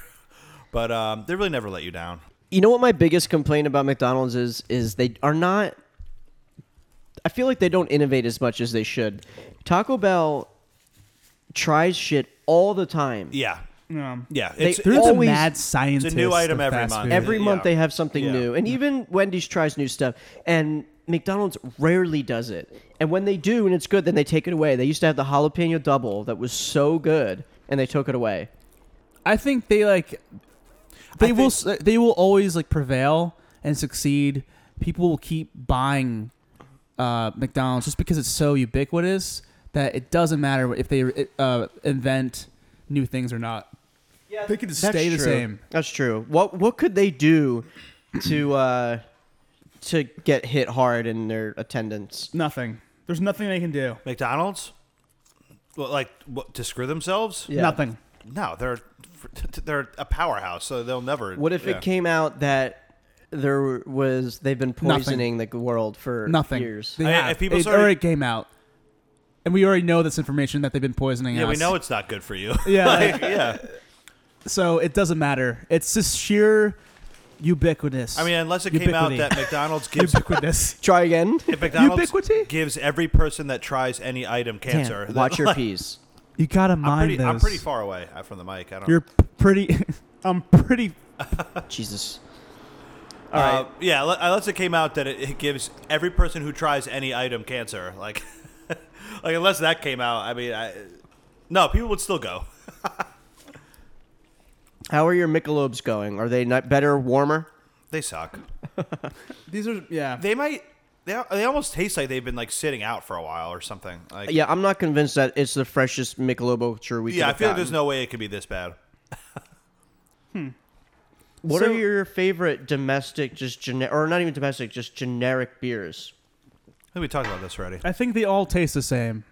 Speaker 6: but um, they really never let you down.
Speaker 8: you know what my biggest complaint about McDonald's is is they are not I feel like they don't innovate as much as they should. Taco Bell tries shit all the time.
Speaker 6: Yeah,
Speaker 7: Um,
Speaker 6: Yeah,
Speaker 8: They
Speaker 6: it's,
Speaker 7: there's
Speaker 6: it's-
Speaker 8: always-
Speaker 7: a mad scientist. of
Speaker 6: item every
Speaker 7: fast
Speaker 6: month.
Speaker 7: food.
Speaker 8: Every
Speaker 6: Yeah.
Speaker 8: month they have something
Speaker 6: Yeah.
Speaker 8: new, and even Wendy's tries new stuff, and McDonald's rarely does it. And when they do, and it's good, then they take it away. They used to have the jalapeno double that was so good, and they took it away.
Speaker 9: I think they like they
Speaker 6: I
Speaker 9: will s uh, they will always like prevail and succeed. People will keep buying uh, McDonald's just because it's so ubiquitous that it doesn't matter if they uh, invent new things or not. Yeah, they can just
Speaker 8: That's
Speaker 9: stay the
Speaker 8: true.
Speaker 9: same.
Speaker 8: That's true. What what could they do to uh, to get hit hard in their attendance?
Speaker 7: Nothing. There's nothing they can do.
Speaker 6: McDonald's. Well, like what, to screw themselves?
Speaker 8: Yeah.
Speaker 7: Nothing.
Speaker 6: No, they're they're a powerhouse, so they'll never.
Speaker 8: What if
Speaker 6: yeah.
Speaker 8: it came out that there was they've been
Speaker 9: Nothing.
Speaker 8: poisoning the world for
Speaker 9: Nothing.
Speaker 8: years?
Speaker 9: They
Speaker 6: I mean,
Speaker 9: have.
Speaker 6: if people
Speaker 9: it
Speaker 6: started-
Speaker 9: already came out, and we already know this information that they've been poisoning
Speaker 6: Yeah,
Speaker 9: us.
Speaker 6: we know it's not good for you.
Speaker 9: Yeah,
Speaker 6: Like, yeah.
Speaker 9: so it doesn't matter. It's just sheer ubiquitous.
Speaker 6: I mean, unless it came out
Speaker 9: Ubiquity.
Speaker 6: that McDonald's gives
Speaker 9: ubiquitous.
Speaker 8: Try again.
Speaker 6: if McDonald's
Speaker 7: Ubiquity?
Speaker 6: gives every person that tries any item cancer.
Speaker 8: Damn, watch
Speaker 6: then,
Speaker 8: your
Speaker 6: like,
Speaker 8: peas.
Speaker 7: You gotta
Speaker 6: I'm
Speaker 7: mind
Speaker 6: pretty,
Speaker 7: those.
Speaker 6: I'm pretty far away uh, from the mic. I don't.
Speaker 7: You're p- pretty. I'm pretty.
Speaker 8: Jesus.
Speaker 6: uh, Yeah, le- unless it came out that it, it gives every person who tries any item cancer. Like, like unless that came out, I mean, I, no, people would still go.
Speaker 8: How are your Michelobes going? Are they not better, warmer?
Speaker 6: They suck.
Speaker 9: These are yeah.
Speaker 6: They might. They, al- they almost taste like they've been like sitting out for a while or something. Like,
Speaker 8: Yeah, I'm not convinced that it's the freshest Michelob Ultra we.
Speaker 6: yeah. I
Speaker 8: could've
Speaker 6: feel like there's
Speaker 8: gotten.
Speaker 6: no way it could be this bad.
Speaker 8: What are your favorite domestic, just generic, or not even domestic, just generic beers?
Speaker 6: I think we talked about this already.
Speaker 9: I think they all taste the same.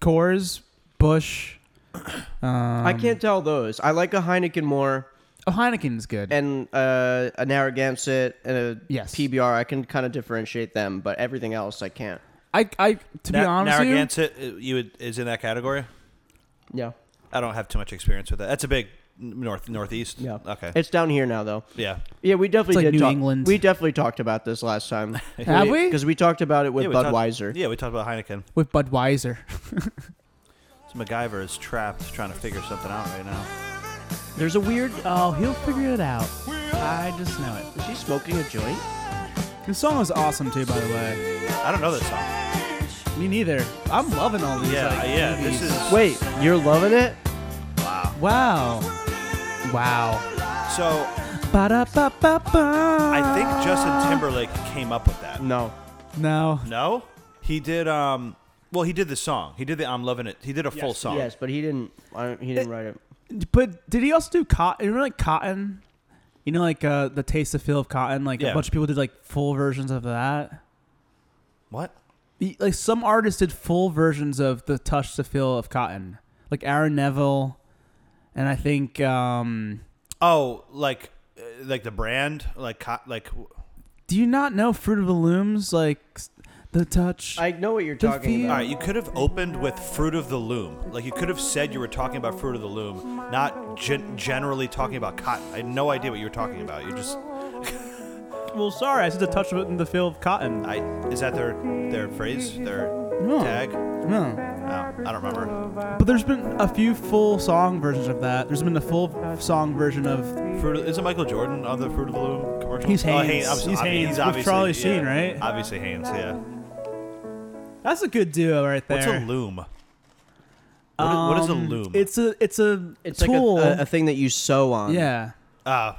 Speaker 9: Coors, Bush, Um,
Speaker 8: I can't tell those. I like a Heineken more,
Speaker 9: oh, Heineken's good.
Speaker 8: and uh, a Narragansett and a
Speaker 9: Yes.
Speaker 8: PBR. I can kind of differentiate them, but everything else I can't.
Speaker 9: I, I, to be
Speaker 6: Na-
Speaker 9: honest, with you,
Speaker 6: Narragansett, uh, you would, is in that category.
Speaker 8: Yeah,
Speaker 6: I don't have too much experience with that. That's a big n- north northeast.
Speaker 8: yeah.
Speaker 6: Okay.
Speaker 8: It's down here now, though.
Speaker 6: yeah.
Speaker 8: Yeah, we definitely
Speaker 9: like
Speaker 8: did.
Speaker 9: New
Speaker 8: talk-
Speaker 9: England.
Speaker 8: We definitely talked about this last time.
Speaker 9: Have we?
Speaker 8: Because we talked about it with
Speaker 6: yeah, we talked-
Speaker 8: Budweiser.
Speaker 6: yeah, we talked about Heineken.
Speaker 9: with Budweiser,
Speaker 6: So MacGyver is trapped trying to figure something out right now.
Speaker 8: There's a weird.
Speaker 4: Oh, he'll figure it out. I just know it.
Speaker 8: Is he smoking a joint?
Speaker 9: the song is awesome too. By the way,
Speaker 6: I don't know this song.
Speaker 9: me neither. I'm loving all these.
Speaker 6: Yeah,
Speaker 9: like,
Speaker 6: yeah.
Speaker 9: movies.
Speaker 6: This is
Speaker 8: Wait, you're loving it?
Speaker 9: wow, wow.
Speaker 6: so.
Speaker 9: Ba-da-ba-ba-ba.
Speaker 6: I think Justin Timberlake came up with that.
Speaker 8: No.
Speaker 9: No,
Speaker 6: No, he did. Um, well, he did the song. He did the "I'm Loving It." He did a full song.
Speaker 8: Yes, but he didn't. I don't, he didn't write it.
Speaker 9: but did he also do cotton? Remember like cotton? You know, like uh, the taste of feel of cotton. Like
Speaker 6: Yeah.
Speaker 9: a bunch of people did like full versions of that.
Speaker 6: What?
Speaker 9: Y- like some artists did full versions of the touch to feel of cotton like aaron neville and i think um
Speaker 6: Oh, like, uh, like the brand, like, co- like. w-
Speaker 9: do you not know fruit of the looms like s- the touch
Speaker 8: I know what you're
Speaker 9: The
Speaker 8: talking
Speaker 9: feel-
Speaker 6: All
Speaker 8: about.
Speaker 6: right, you could have opened with "Fruit of the Loom." Like, you could have said you were talking about "Fruit of the Loom," not gen- generally talking about cotton. I had no idea what you were talking about. You just,
Speaker 9: well sorry i said the touch of it in the feel of cotton
Speaker 6: I is that their their phrase, their tag? No, I don't remember.
Speaker 9: but there's been a few full song versions of that there's been a full song version of
Speaker 6: Fruit of, is it Michael Jordan on the Fruit of the Loom commercial?
Speaker 9: He's
Speaker 6: Oh,
Speaker 9: Haynes.
Speaker 6: I'm so-
Speaker 9: He's
Speaker 6: I mean,
Speaker 9: Haynes.
Speaker 6: He's
Speaker 9: We've
Speaker 6: obviously
Speaker 9: probably
Speaker 6: yeah.
Speaker 9: seen, right?
Speaker 6: Obviously Haynes. Yeah.
Speaker 9: that's a good duo right there
Speaker 6: What's a loom? What i- what is a
Speaker 9: Um,
Speaker 6: loom?
Speaker 9: it's a it's a
Speaker 8: It's
Speaker 9: tool
Speaker 8: like a- a, a thing that you sew on.
Speaker 9: yeah
Speaker 6: Ah.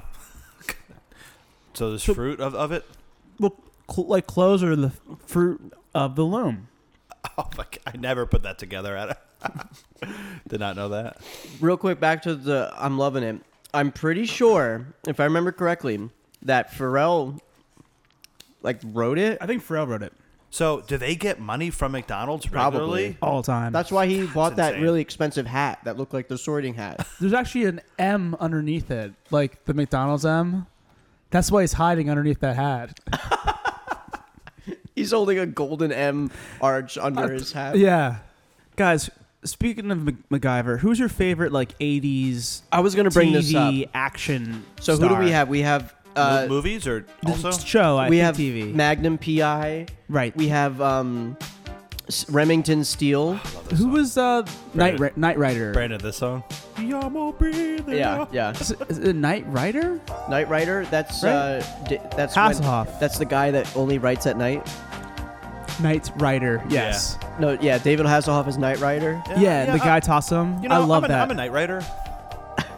Speaker 6: so there's fruit of, of it?
Speaker 9: well cl- like closer to the fruit of the loom
Speaker 6: Oh my god, I never put that together. I don't- did not know that.
Speaker 8: Real quick, back to the I'm loving it. I'm pretty sure, if I remember correctly, that Pharrell like wrote it.
Speaker 9: i think pharrell wrote it
Speaker 6: So do they get money from McDonald's
Speaker 8: Probably.
Speaker 6: regularly?
Speaker 9: all the time
Speaker 8: That's why he bought that
Speaker 6: insane.
Speaker 8: really expensive hat that looked like the sorting hat.
Speaker 9: There's actually an M underneath it, like the McDonald's M. That's why he's hiding underneath that hat.
Speaker 8: He's holding a golden M arch under his hat.
Speaker 9: Yeah. Guys, speaking of Mac- MacGyver, who's your favorite like 80s
Speaker 8: I was gonna bring
Speaker 9: TV
Speaker 8: this up.
Speaker 9: action
Speaker 8: So who do we have? We have uh,
Speaker 6: Mo- movies or also?
Speaker 9: show, I
Speaker 8: we
Speaker 9: think
Speaker 8: have
Speaker 9: TV.
Speaker 8: Magnum PI.
Speaker 9: right.
Speaker 8: We have um, S- Remington Steel.
Speaker 9: Who was uh, Night Ri- Night Rider?
Speaker 6: Brandon, this song.
Speaker 8: Yeah, yeah.
Speaker 9: Is it, is it Night Rider?
Speaker 8: Knight Rider. That's
Speaker 9: Right.
Speaker 8: uh, d- that's when-
Speaker 9: Hasselhoff.
Speaker 8: that's the guy that only writes at night.
Speaker 9: Night Rider. Yes.
Speaker 8: No, yeah, David Hasselhoff is Knight Rider.
Speaker 9: Yeah, the guy toss him.
Speaker 6: You know,
Speaker 9: I love
Speaker 6: am
Speaker 9: that.
Speaker 6: I'm a night writer.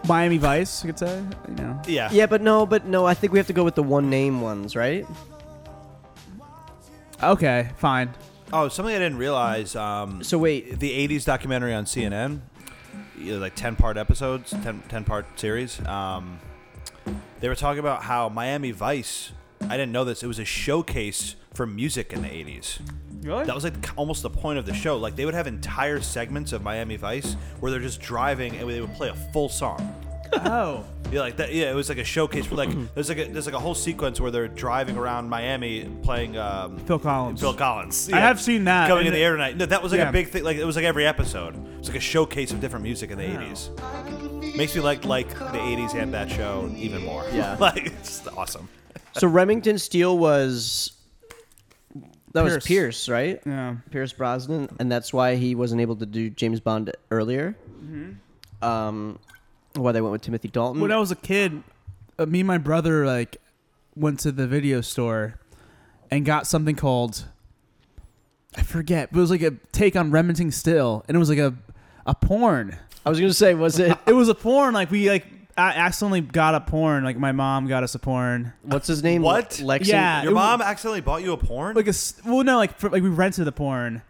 Speaker 9: Miami Vice, you could say. You know.
Speaker 6: Yeah.
Speaker 8: Yeah, but no, but no. I think we have to go with the one name ones, right?
Speaker 9: Okay, fine.
Speaker 6: Oh, something I didn't realize. Um,
Speaker 8: So wait,
Speaker 6: the 80s documentary on CNN, you know, like 10 part episodes, 10, 10 part series. Um, they were talking about how Miami Vice, I didn't know this, it was a showcase for music in the 80s. Really? That was like almost the point of the show. Like they would have entire segments of Miami Vice where they're just driving and they would play a full song.
Speaker 9: Oh.
Speaker 6: Yeah, like that. Yeah, it was like a showcase for like there's like a, there's like a whole sequence where they're driving around Miami playing um,
Speaker 7: Phil Collins.
Speaker 6: Phil Collins.
Speaker 7: I have seen that. And
Speaker 6: coming in the
Speaker 7: it-
Speaker 6: air tonight. No, that was like
Speaker 7: Yeah.
Speaker 6: a big thing. Like it was like every episode. It's like a showcase of different music in the eighties. Makes me like like the eighties and that show even more.
Speaker 8: Yeah.
Speaker 6: like it's awesome.
Speaker 8: so Remington Steel was that was
Speaker 7: Pierce.
Speaker 8: Pierce, right?
Speaker 7: Yeah.
Speaker 8: Pierce Brosnan, and that's why he wasn't able to do James Bond earlier. Um, why they went with Timothy Dalton?
Speaker 9: When I was a kid, uh, me and my brother like went to the video store and got something called I forget, but it was like a take on Remington Still, and it was like a a porn.
Speaker 8: I was gonna say, was it
Speaker 7: It was a porn. Like we like I accidentally got a porn. Like my mom got us a porn.
Speaker 8: what's his name?
Speaker 6: What?
Speaker 8: Lexi?
Speaker 7: Yeah.
Speaker 6: Your
Speaker 7: it was- Uh,
Speaker 6: mom accidentally bought you a porn.
Speaker 7: Like a s- well, no, like for, like we rented the porn,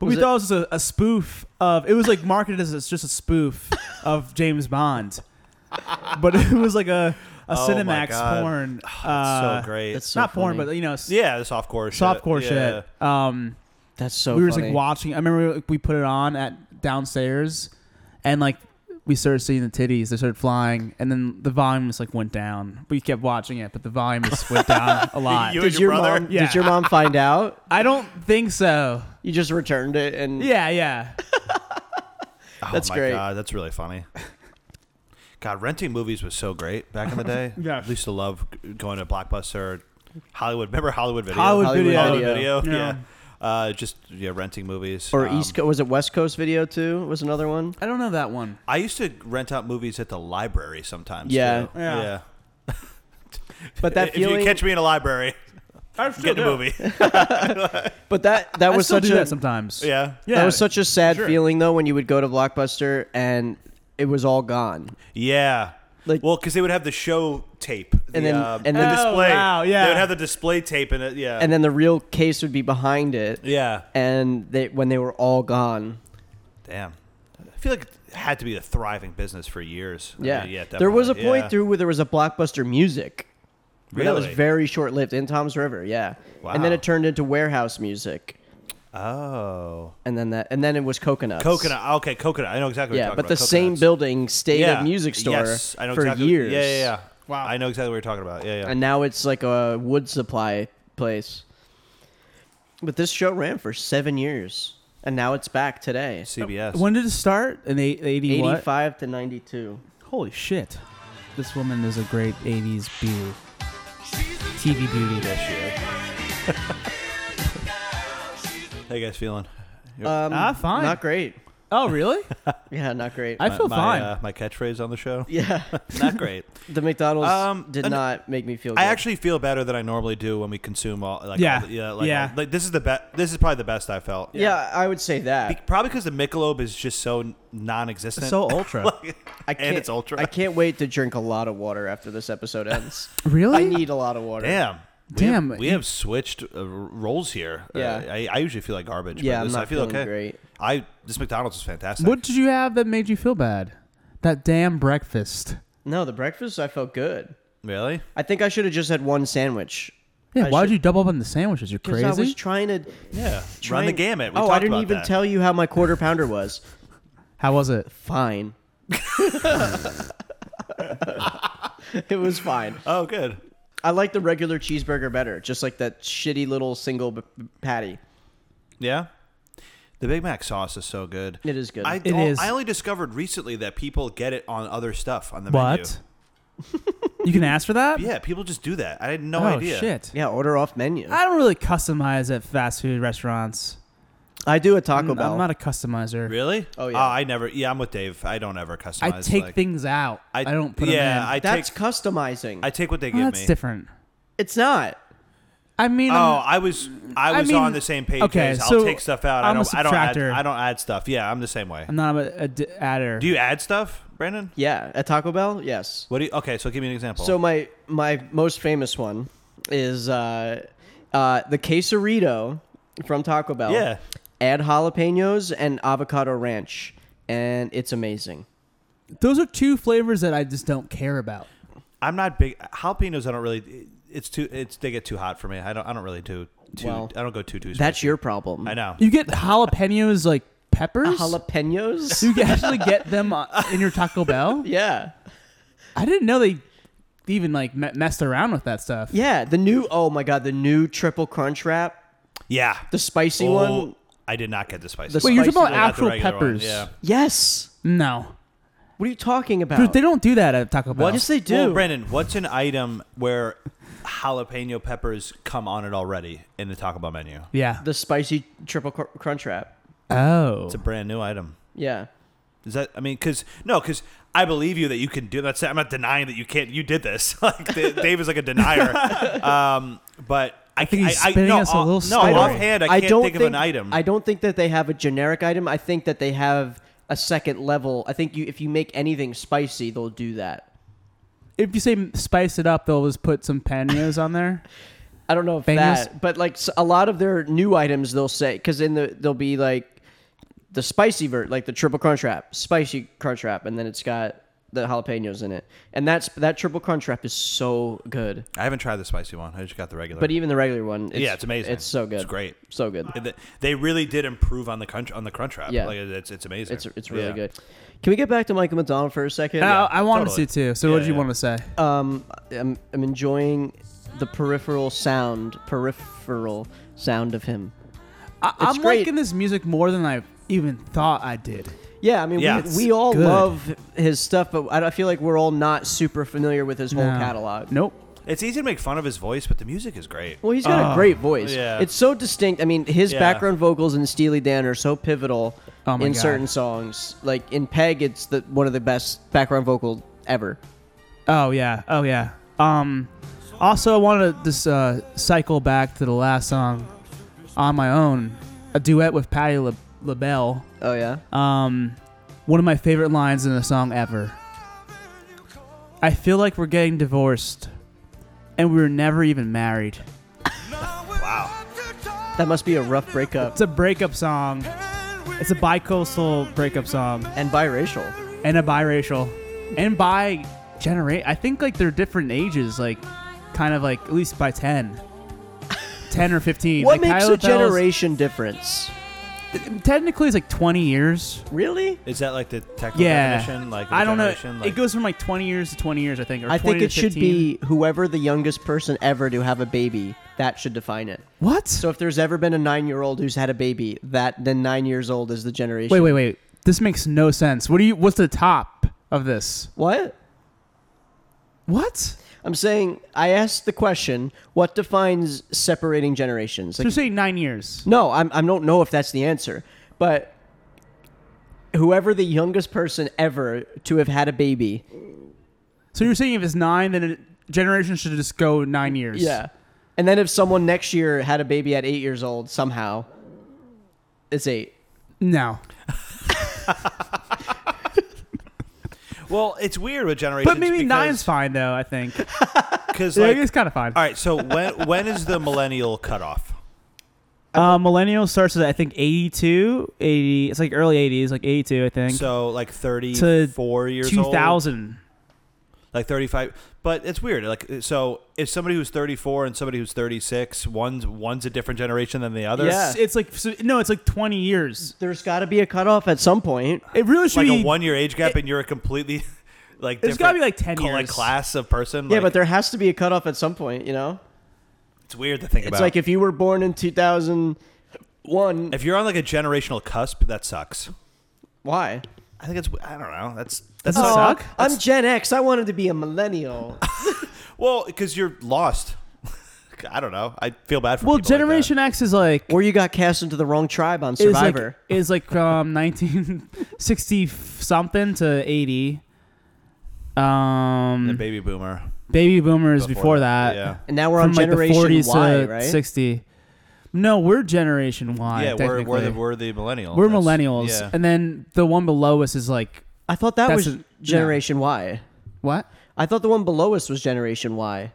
Speaker 7: but
Speaker 8: Was
Speaker 7: we
Speaker 8: it-
Speaker 7: thought it was a, a spoof of. It was like marketed as it's just a spoof of James Bond, but it was like a a
Speaker 6: Oh my
Speaker 7: Cinemax
Speaker 6: God.
Speaker 7: porn. uh,
Speaker 6: so great.
Speaker 8: That's so
Speaker 7: Not porn,
Speaker 8: funny.
Speaker 7: but you know, s-
Speaker 6: yeah, the softcore shit.
Speaker 7: softcore
Speaker 6: Yeah.
Speaker 7: shit. Um,
Speaker 8: that's so.
Speaker 9: we were just
Speaker 8: funny.
Speaker 9: like watching. I remember like, we put it on at downstairs, and like we started seeing the titties. They started flying, and then the volume just like went down. We kept watching it, but the volume just went down a lot.
Speaker 6: You
Speaker 8: Did
Speaker 6: and
Speaker 8: your
Speaker 6: your, brother.
Speaker 8: mom?
Speaker 7: Yeah.
Speaker 8: Did your mom find out?
Speaker 9: I don't think so.
Speaker 8: You just returned it, and
Speaker 9: Yeah, yeah.
Speaker 6: Oh
Speaker 8: That's
Speaker 6: my
Speaker 8: great.
Speaker 6: god, that's really funny. God, renting movies was so great back in the day.
Speaker 7: Yeah.
Speaker 6: I used to love g- going to Blockbuster, Hollywood. Remember Hollywood Video?
Speaker 7: Hollywood Video.
Speaker 6: Video,
Speaker 7: Yeah.
Speaker 6: Yeah. Uh, just yeah, renting movies.
Speaker 8: or
Speaker 6: Um,
Speaker 8: East Coast was it West Coast video too? Was another one.
Speaker 9: I don't know that one.
Speaker 6: I used to rent out movies at the library sometimes.
Speaker 8: Yeah.
Speaker 6: too.
Speaker 7: Yeah.
Speaker 8: But that
Speaker 6: if
Speaker 8: feeling.
Speaker 6: you catch me in a library,
Speaker 7: I'm
Speaker 6: get in a movie.
Speaker 8: but that that
Speaker 9: I
Speaker 8: was
Speaker 9: still
Speaker 8: such
Speaker 9: do
Speaker 8: a
Speaker 9: that sometimes.
Speaker 6: yeah.
Speaker 8: that was such a sad
Speaker 6: sure.
Speaker 8: feeling though when you would go to Blockbuster and it was all gone.
Speaker 6: Yeah.
Speaker 8: Like-
Speaker 6: well, because they would have the show tape, the,
Speaker 8: then-
Speaker 6: um,
Speaker 8: and
Speaker 6: the
Speaker 8: then- Oh,
Speaker 6: display.
Speaker 7: wow, yeah.
Speaker 6: They would have the display tape in it. Yeah.
Speaker 8: And then the real case would be behind it.
Speaker 6: yeah.
Speaker 8: And they when they were all gone.
Speaker 6: Damn. I feel like it had to be a thriving business for years. I
Speaker 8: Yeah.
Speaker 6: mean, Uh, yeah.
Speaker 8: there was a
Speaker 6: definitely.
Speaker 8: point
Speaker 6: Yeah.
Speaker 8: through where there was a Blockbuster music. but That was
Speaker 6: Really?
Speaker 8: very short lived in Tom's River, yeah. And then
Speaker 6: Wow.
Speaker 8: it turned into warehouse music.
Speaker 6: Oh.
Speaker 8: And then that and then it was coconuts.
Speaker 6: Coconut. Okay, coconut. I know exactly
Speaker 8: Yeah,
Speaker 6: what you're talking
Speaker 8: but
Speaker 6: about.
Speaker 8: the same
Speaker 6: Coconuts.
Speaker 8: building stayed
Speaker 6: yeah.
Speaker 8: a music store
Speaker 6: yes, I know
Speaker 8: for
Speaker 6: exactly,
Speaker 8: years.
Speaker 6: Yeah, yeah, yeah.
Speaker 7: Wow.
Speaker 6: I know exactly what you're talking about. Yeah, yeah.
Speaker 8: and now it's like a wood supply place. But this show ran for seven years, and now it's back today,
Speaker 6: CBS.
Speaker 9: When did it start? In eight- 80 what?
Speaker 8: eighty-five to ninety-two.
Speaker 9: Holy shit. This woman is a great 80s beauty. TV beauty.
Speaker 6: How you guys feeling?
Speaker 8: Um,
Speaker 9: Ah, fine.
Speaker 8: Not great.
Speaker 9: Oh, really?
Speaker 8: Yeah, not great.
Speaker 9: I feel
Speaker 6: my,
Speaker 9: Oh, fine.
Speaker 6: Uh, my catchphrase on the show.
Speaker 8: yeah,
Speaker 6: Not great.
Speaker 8: the McDonald's
Speaker 6: Um,
Speaker 8: did
Speaker 6: and-
Speaker 8: not make me feel. Good.
Speaker 6: I actually feel better than I normally do when we consume all. Like,
Speaker 7: Yeah.
Speaker 6: all the- yeah. Like,
Speaker 7: Yeah.
Speaker 6: all- like this is the best. This is probably the best I felt.
Speaker 8: yeah, I would say
Speaker 6: Be-
Speaker 8: that.
Speaker 6: probably because the Michelob is just so non-existent.
Speaker 9: so ultra.
Speaker 8: I
Speaker 6: and it's ultra.
Speaker 8: I can't wait to drink a lot of water after this episode ends.
Speaker 9: really?
Speaker 8: I need a lot of water.
Speaker 6: Damn.
Speaker 9: Damn,
Speaker 6: We have, we
Speaker 9: you-
Speaker 6: have switched uh, r- roles here. Uh,
Speaker 8: Yeah.
Speaker 6: I, I usually feel like garbage.
Speaker 8: Yeah,
Speaker 6: but
Speaker 8: I'm
Speaker 6: this,
Speaker 8: not
Speaker 6: I feel
Speaker 8: feeling
Speaker 6: okay.
Speaker 8: great.
Speaker 6: I this McDonald's is fantastic.
Speaker 9: what did you have that made you feel bad? That damn breakfast.
Speaker 8: No, the breakfast I felt good.
Speaker 6: Really?
Speaker 8: I think I should have just had one sandwich.
Speaker 9: Yeah,
Speaker 8: I
Speaker 9: why'd
Speaker 8: should-
Speaker 9: you double up on the sandwiches? You're
Speaker 8: Because
Speaker 9: crazy.
Speaker 8: I was trying to
Speaker 6: Yeah.
Speaker 8: trying,
Speaker 6: Run the gamut. We
Speaker 8: oh, I
Speaker 6: talked
Speaker 8: didn't
Speaker 6: about
Speaker 8: even
Speaker 6: that.
Speaker 8: tell you how my quarter pounder was.
Speaker 9: How was it?
Speaker 8: Fine. it was fine.
Speaker 6: Oh, good.
Speaker 8: I like the regular cheeseburger better, just like that shitty little single b- patty.
Speaker 6: Yeah. The Big Mac sauce is so good.
Speaker 8: It is good.
Speaker 6: I
Speaker 8: It
Speaker 6: don't-
Speaker 9: is.
Speaker 6: I only discovered recently that people get it on other stuff on the
Speaker 9: What? you can ask for that?
Speaker 6: menu. Yeah, people just do that. I had no
Speaker 9: Oh
Speaker 6: idea.
Speaker 9: shit.
Speaker 8: Yeah, order off menu.
Speaker 9: I don't really customize at fast food restaurants.
Speaker 8: I do a Taco
Speaker 9: Mm, I'm,
Speaker 8: Bell.
Speaker 9: I'm not a customizer.
Speaker 6: Really? Ah,
Speaker 8: Oh, yeah.
Speaker 6: I never. Yeah, I'm with Dave. I don't ever customize.
Speaker 9: I take
Speaker 6: like-
Speaker 9: things out. I, don't put
Speaker 6: yeah,
Speaker 9: them in.
Speaker 6: I
Speaker 8: That's
Speaker 6: take.
Speaker 8: customizing.
Speaker 6: I take what they
Speaker 9: Well,
Speaker 6: give
Speaker 9: that's
Speaker 6: me.
Speaker 9: different.
Speaker 8: it's not.
Speaker 9: I mean,
Speaker 6: Oh,
Speaker 9: I'm-
Speaker 6: I was I
Speaker 9: I
Speaker 6: was
Speaker 9: mean-
Speaker 6: on the same page.
Speaker 9: okay,
Speaker 6: as I'll
Speaker 9: so
Speaker 6: take stuff out. I
Speaker 9: I'm a
Speaker 6: don't. I don't add.
Speaker 9: subtractor.
Speaker 6: I don't add stuff. Yeah, I'm the same way.
Speaker 9: I'm not a, a d- adder.
Speaker 6: Do you add stuff, Brandon?
Speaker 8: Yeah, at Taco Bell, yes.
Speaker 6: What do you? Okay, so give me an example.
Speaker 8: So my my most famous one is uh, uh, the quesarito from Taco Bell.
Speaker 6: Yeah.
Speaker 8: Add jalapenos and avocado ranch, and it's amazing.
Speaker 9: Those are two flavors that I just don't care about.
Speaker 6: I'm not big jalapenos. I don't really. It's too. It's they get too hot for me. I don't. I don't really do. Too,
Speaker 8: Well,
Speaker 6: I don't go too too.
Speaker 8: That's
Speaker 6: spicy.
Speaker 8: your problem.
Speaker 6: I know.
Speaker 9: You get jalapenos like peppers.
Speaker 8: Jalapenos.
Speaker 9: you can actually get them uh, in your Taco Bell.
Speaker 8: yeah.
Speaker 9: I didn't know they even like me- messed around with that stuff.
Speaker 8: Yeah. The new. Oh my god. The new triple crunch wrap.
Speaker 6: Yeah.
Speaker 8: The spicy
Speaker 6: Oh,
Speaker 8: one.
Speaker 6: I did not get the spicy.
Speaker 8: The
Speaker 6: one.
Speaker 9: Wait, you're talking
Speaker 8: Spicy
Speaker 9: about
Speaker 8: one,
Speaker 6: I got the
Speaker 9: actual
Speaker 6: regular one,
Speaker 9: peppers?
Speaker 6: Yeah.
Speaker 8: Yes.
Speaker 9: No,
Speaker 8: What are you talking about?
Speaker 9: Dude, they don't do that at Taco Bell.
Speaker 8: Yes, they do.
Speaker 6: Well, Brandon, what's an item where jalapeno peppers come on it already in the Taco Bell menu?
Speaker 9: Yeah.
Speaker 8: the spicy triple cr- crunch wrap.
Speaker 9: oh.
Speaker 6: It's a brand new item.
Speaker 8: Yeah.
Speaker 6: Is that? I mean, because no, because I believe you that you can do that. I'm not denying that you can't. You did this. Like Da- Dave is like a denier. um, but I,
Speaker 9: think
Speaker 6: I,
Speaker 9: he's
Speaker 6: I,
Speaker 9: spitting
Speaker 6: no,
Speaker 9: us a
Speaker 6: uh,
Speaker 9: little
Speaker 6: no,
Speaker 9: story.
Speaker 6: offhand, I can't
Speaker 8: don't
Speaker 6: think, of an item.
Speaker 8: I don't think that they have a generic item. I think that they have a second level. I think you, if you make anything spicy, they'll do that.
Speaker 9: if you say spice it up, they'll just put some panos on there.
Speaker 8: I don't know if
Speaker 9: Bangers?
Speaker 8: that, but like s- a lot of their new items, they'll say because in the they'll be like the spicy vert, like the triple crunch wrap, spicy crunch wrap, and then it's got the jalapenos in it, and that's that triple crunch wrap is so good.
Speaker 6: I haven't tried the spicy one. I just got the regular.
Speaker 8: But even the regular one, it's,
Speaker 6: yeah, it's amazing.
Speaker 8: It's so good.
Speaker 6: It's great.
Speaker 8: So good.
Speaker 6: And they- They really did improve on the crunch on the crunch wrap.
Speaker 8: Yeah.
Speaker 6: like it's it's amazing.
Speaker 8: It's it's really
Speaker 6: Yeah.
Speaker 8: good. Can we get back to Michael McDonald for a second?
Speaker 9: I, I wanted
Speaker 6: totally.
Speaker 9: to too. So
Speaker 6: Yeah,
Speaker 9: what did you
Speaker 6: yeah.
Speaker 9: want to say?
Speaker 8: um, I'm, I'm enjoying the peripheral sound, peripheral sound of him.
Speaker 9: I, I'm
Speaker 8: great.
Speaker 9: liking this music more than I even thought I did.
Speaker 8: Yeah, I mean,
Speaker 6: Yeah.
Speaker 8: we, we all
Speaker 9: Good.
Speaker 8: love his stuff, but I don't- I feel like we're all not super familiar with his whole
Speaker 9: No.
Speaker 8: catalog.
Speaker 9: Nope.
Speaker 6: It's easy to make fun of his voice, but the music is great.
Speaker 8: Well, he's got a great voice.
Speaker 6: Oh, yeah.
Speaker 8: It's so distinct. I mean, his
Speaker 6: Yeah.
Speaker 8: background vocals in Steely Dan are so pivotal
Speaker 9: Oh my
Speaker 8: in
Speaker 9: God.
Speaker 8: certain songs. Like in Peg, it's the one of the best background vocals ever.
Speaker 9: Oh yeah. Oh yeah. Um. Also, I wanted to just uh, cycle back to the last song on my own, a duet with Patti La- LaBelle.
Speaker 8: Oh yeah.
Speaker 9: Um, one of my favorite lines in a song ever. I feel like we're getting divorced, and we were never even married.
Speaker 8: That must be a rough breakup
Speaker 9: It's a breakup song. It's a bi-coastal breakup song
Speaker 8: and biracial.
Speaker 9: and a biracial and bi generate. I think like they're different ages, like kind of like at least by 10. 10 or 15.
Speaker 8: What
Speaker 9: Like,
Speaker 8: makes
Speaker 9: Tyler
Speaker 8: a generation difference?
Speaker 9: Bell's- Technically, it's like 20 years.
Speaker 8: Really?
Speaker 6: Is that like the technical
Speaker 9: Yeah.
Speaker 6: definition? Like
Speaker 9: I don't know.
Speaker 6: generation?
Speaker 9: it
Speaker 6: Like-
Speaker 9: goes from like 20 years to 20 years, I think. Or
Speaker 8: I
Speaker 9: 20
Speaker 8: think
Speaker 9: to
Speaker 8: it should
Speaker 9: 15.
Speaker 8: be whoever the youngest person ever to have a baby. That should define it.
Speaker 9: What?
Speaker 8: So if there's ever been a nine-year-old who's had a baby, that then nine years old is the generation.
Speaker 9: wait, wait, wait. This makes no sense. What do you? What's the top of this?
Speaker 8: What?
Speaker 9: What?
Speaker 8: I'm saying I asked the question: What defines separating generations?
Speaker 9: So
Speaker 8: Like,
Speaker 9: you're saying nine years.
Speaker 8: no, I'm, I don't know if that's the answer, but whoever the youngest person ever to have had a baby.
Speaker 9: So you're saying if it's nine, then a generation should just go nine years.
Speaker 8: And then if someone next year had a baby at eight years old somehow, it's eight.
Speaker 9: No.
Speaker 6: well, it's weird with generations.
Speaker 9: But maybe
Speaker 6: because,
Speaker 9: nine's fine though. I think.
Speaker 6: Because
Speaker 9: Yeah,
Speaker 6: like,
Speaker 9: it's kind of fine.
Speaker 6: all right. So when when is the millennial cutoff?
Speaker 9: Uh, millennial starts at I think 82, 80. It's like early 80s, like 82, I think.
Speaker 6: So like thirty-four years old,
Speaker 9: 2000.
Speaker 6: like thirty-five. But it's weird. Like so, if somebody who's thirty-four and somebody who's thirty-six, one's one's a different generation than the other.
Speaker 8: Yeah.
Speaker 9: It's, it's like so, no, it's like 20 years.
Speaker 8: There's got to be a cutoff at some point.
Speaker 9: It really should
Speaker 6: Like
Speaker 9: be
Speaker 6: a one-year age gap, and you're a completely like
Speaker 9: It's gotta be, like,
Speaker 6: different
Speaker 9: 10
Speaker 6: cl-
Speaker 9: years.
Speaker 6: class of person.
Speaker 8: Yeah,
Speaker 6: Like,
Speaker 8: but there has to be a cutoff at some point, you know?
Speaker 6: it's weird to think
Speaker 8: It's
Speaker 6: about.
Speaker 8: like if you were born in 2001,
Speaker 6: if you're on like a generational cusp, that sucks.
Speaker 8: why? Uh,
Speaker 6: I think it's I don't know. That's that's
Speaker 9: Doesn't it suck?
Speaker 8: I'm Gen X. I wanted to be a millennial.
Speaker 6: well because you're lost. I don't know. I feel bad for.
Speaker 9: Well,
Speaker 6: people like that.
Speaker 9: Generation X is like
Speaker 8: Or you got cast into the wrong tribe on
Speaker 9: is
Speaker 8: Survivor.
Speaker 9: like is like from 1960 f- something to 80.
Speaker 6: the
Speaker 9: Um,
Speaker 6: baby boomer.
Speaker 9: baby boomers before, that.
Speaker 6: yeah.
Speaker 8: and now we're on
Speaker 9: From like the
Speaker 8: Generation
Speaker 9: 40s
Speaker 8: Y,
Speaker 9: to
Speaker 8: right?
Speaker 9: 60. No, we're Generation Y.
Speaker 6: Yeah, we're, we're the
Speaker 9: technically.
Speaker 6: we're the millennials.
Speaker 9: We're
Speaker 6: That's-
Speaker 9: millennials,
Speaker 6: Yeah.
Speaker 9: and then the one below us is like
Speaker 8: I thought that
Speaker 9: That's
Speaker 8: was
Speaker 9: a-
Speaker 8: Generation Y.
Speaker 9: what?
Speaker 8: I thought the one below us was Generation Y.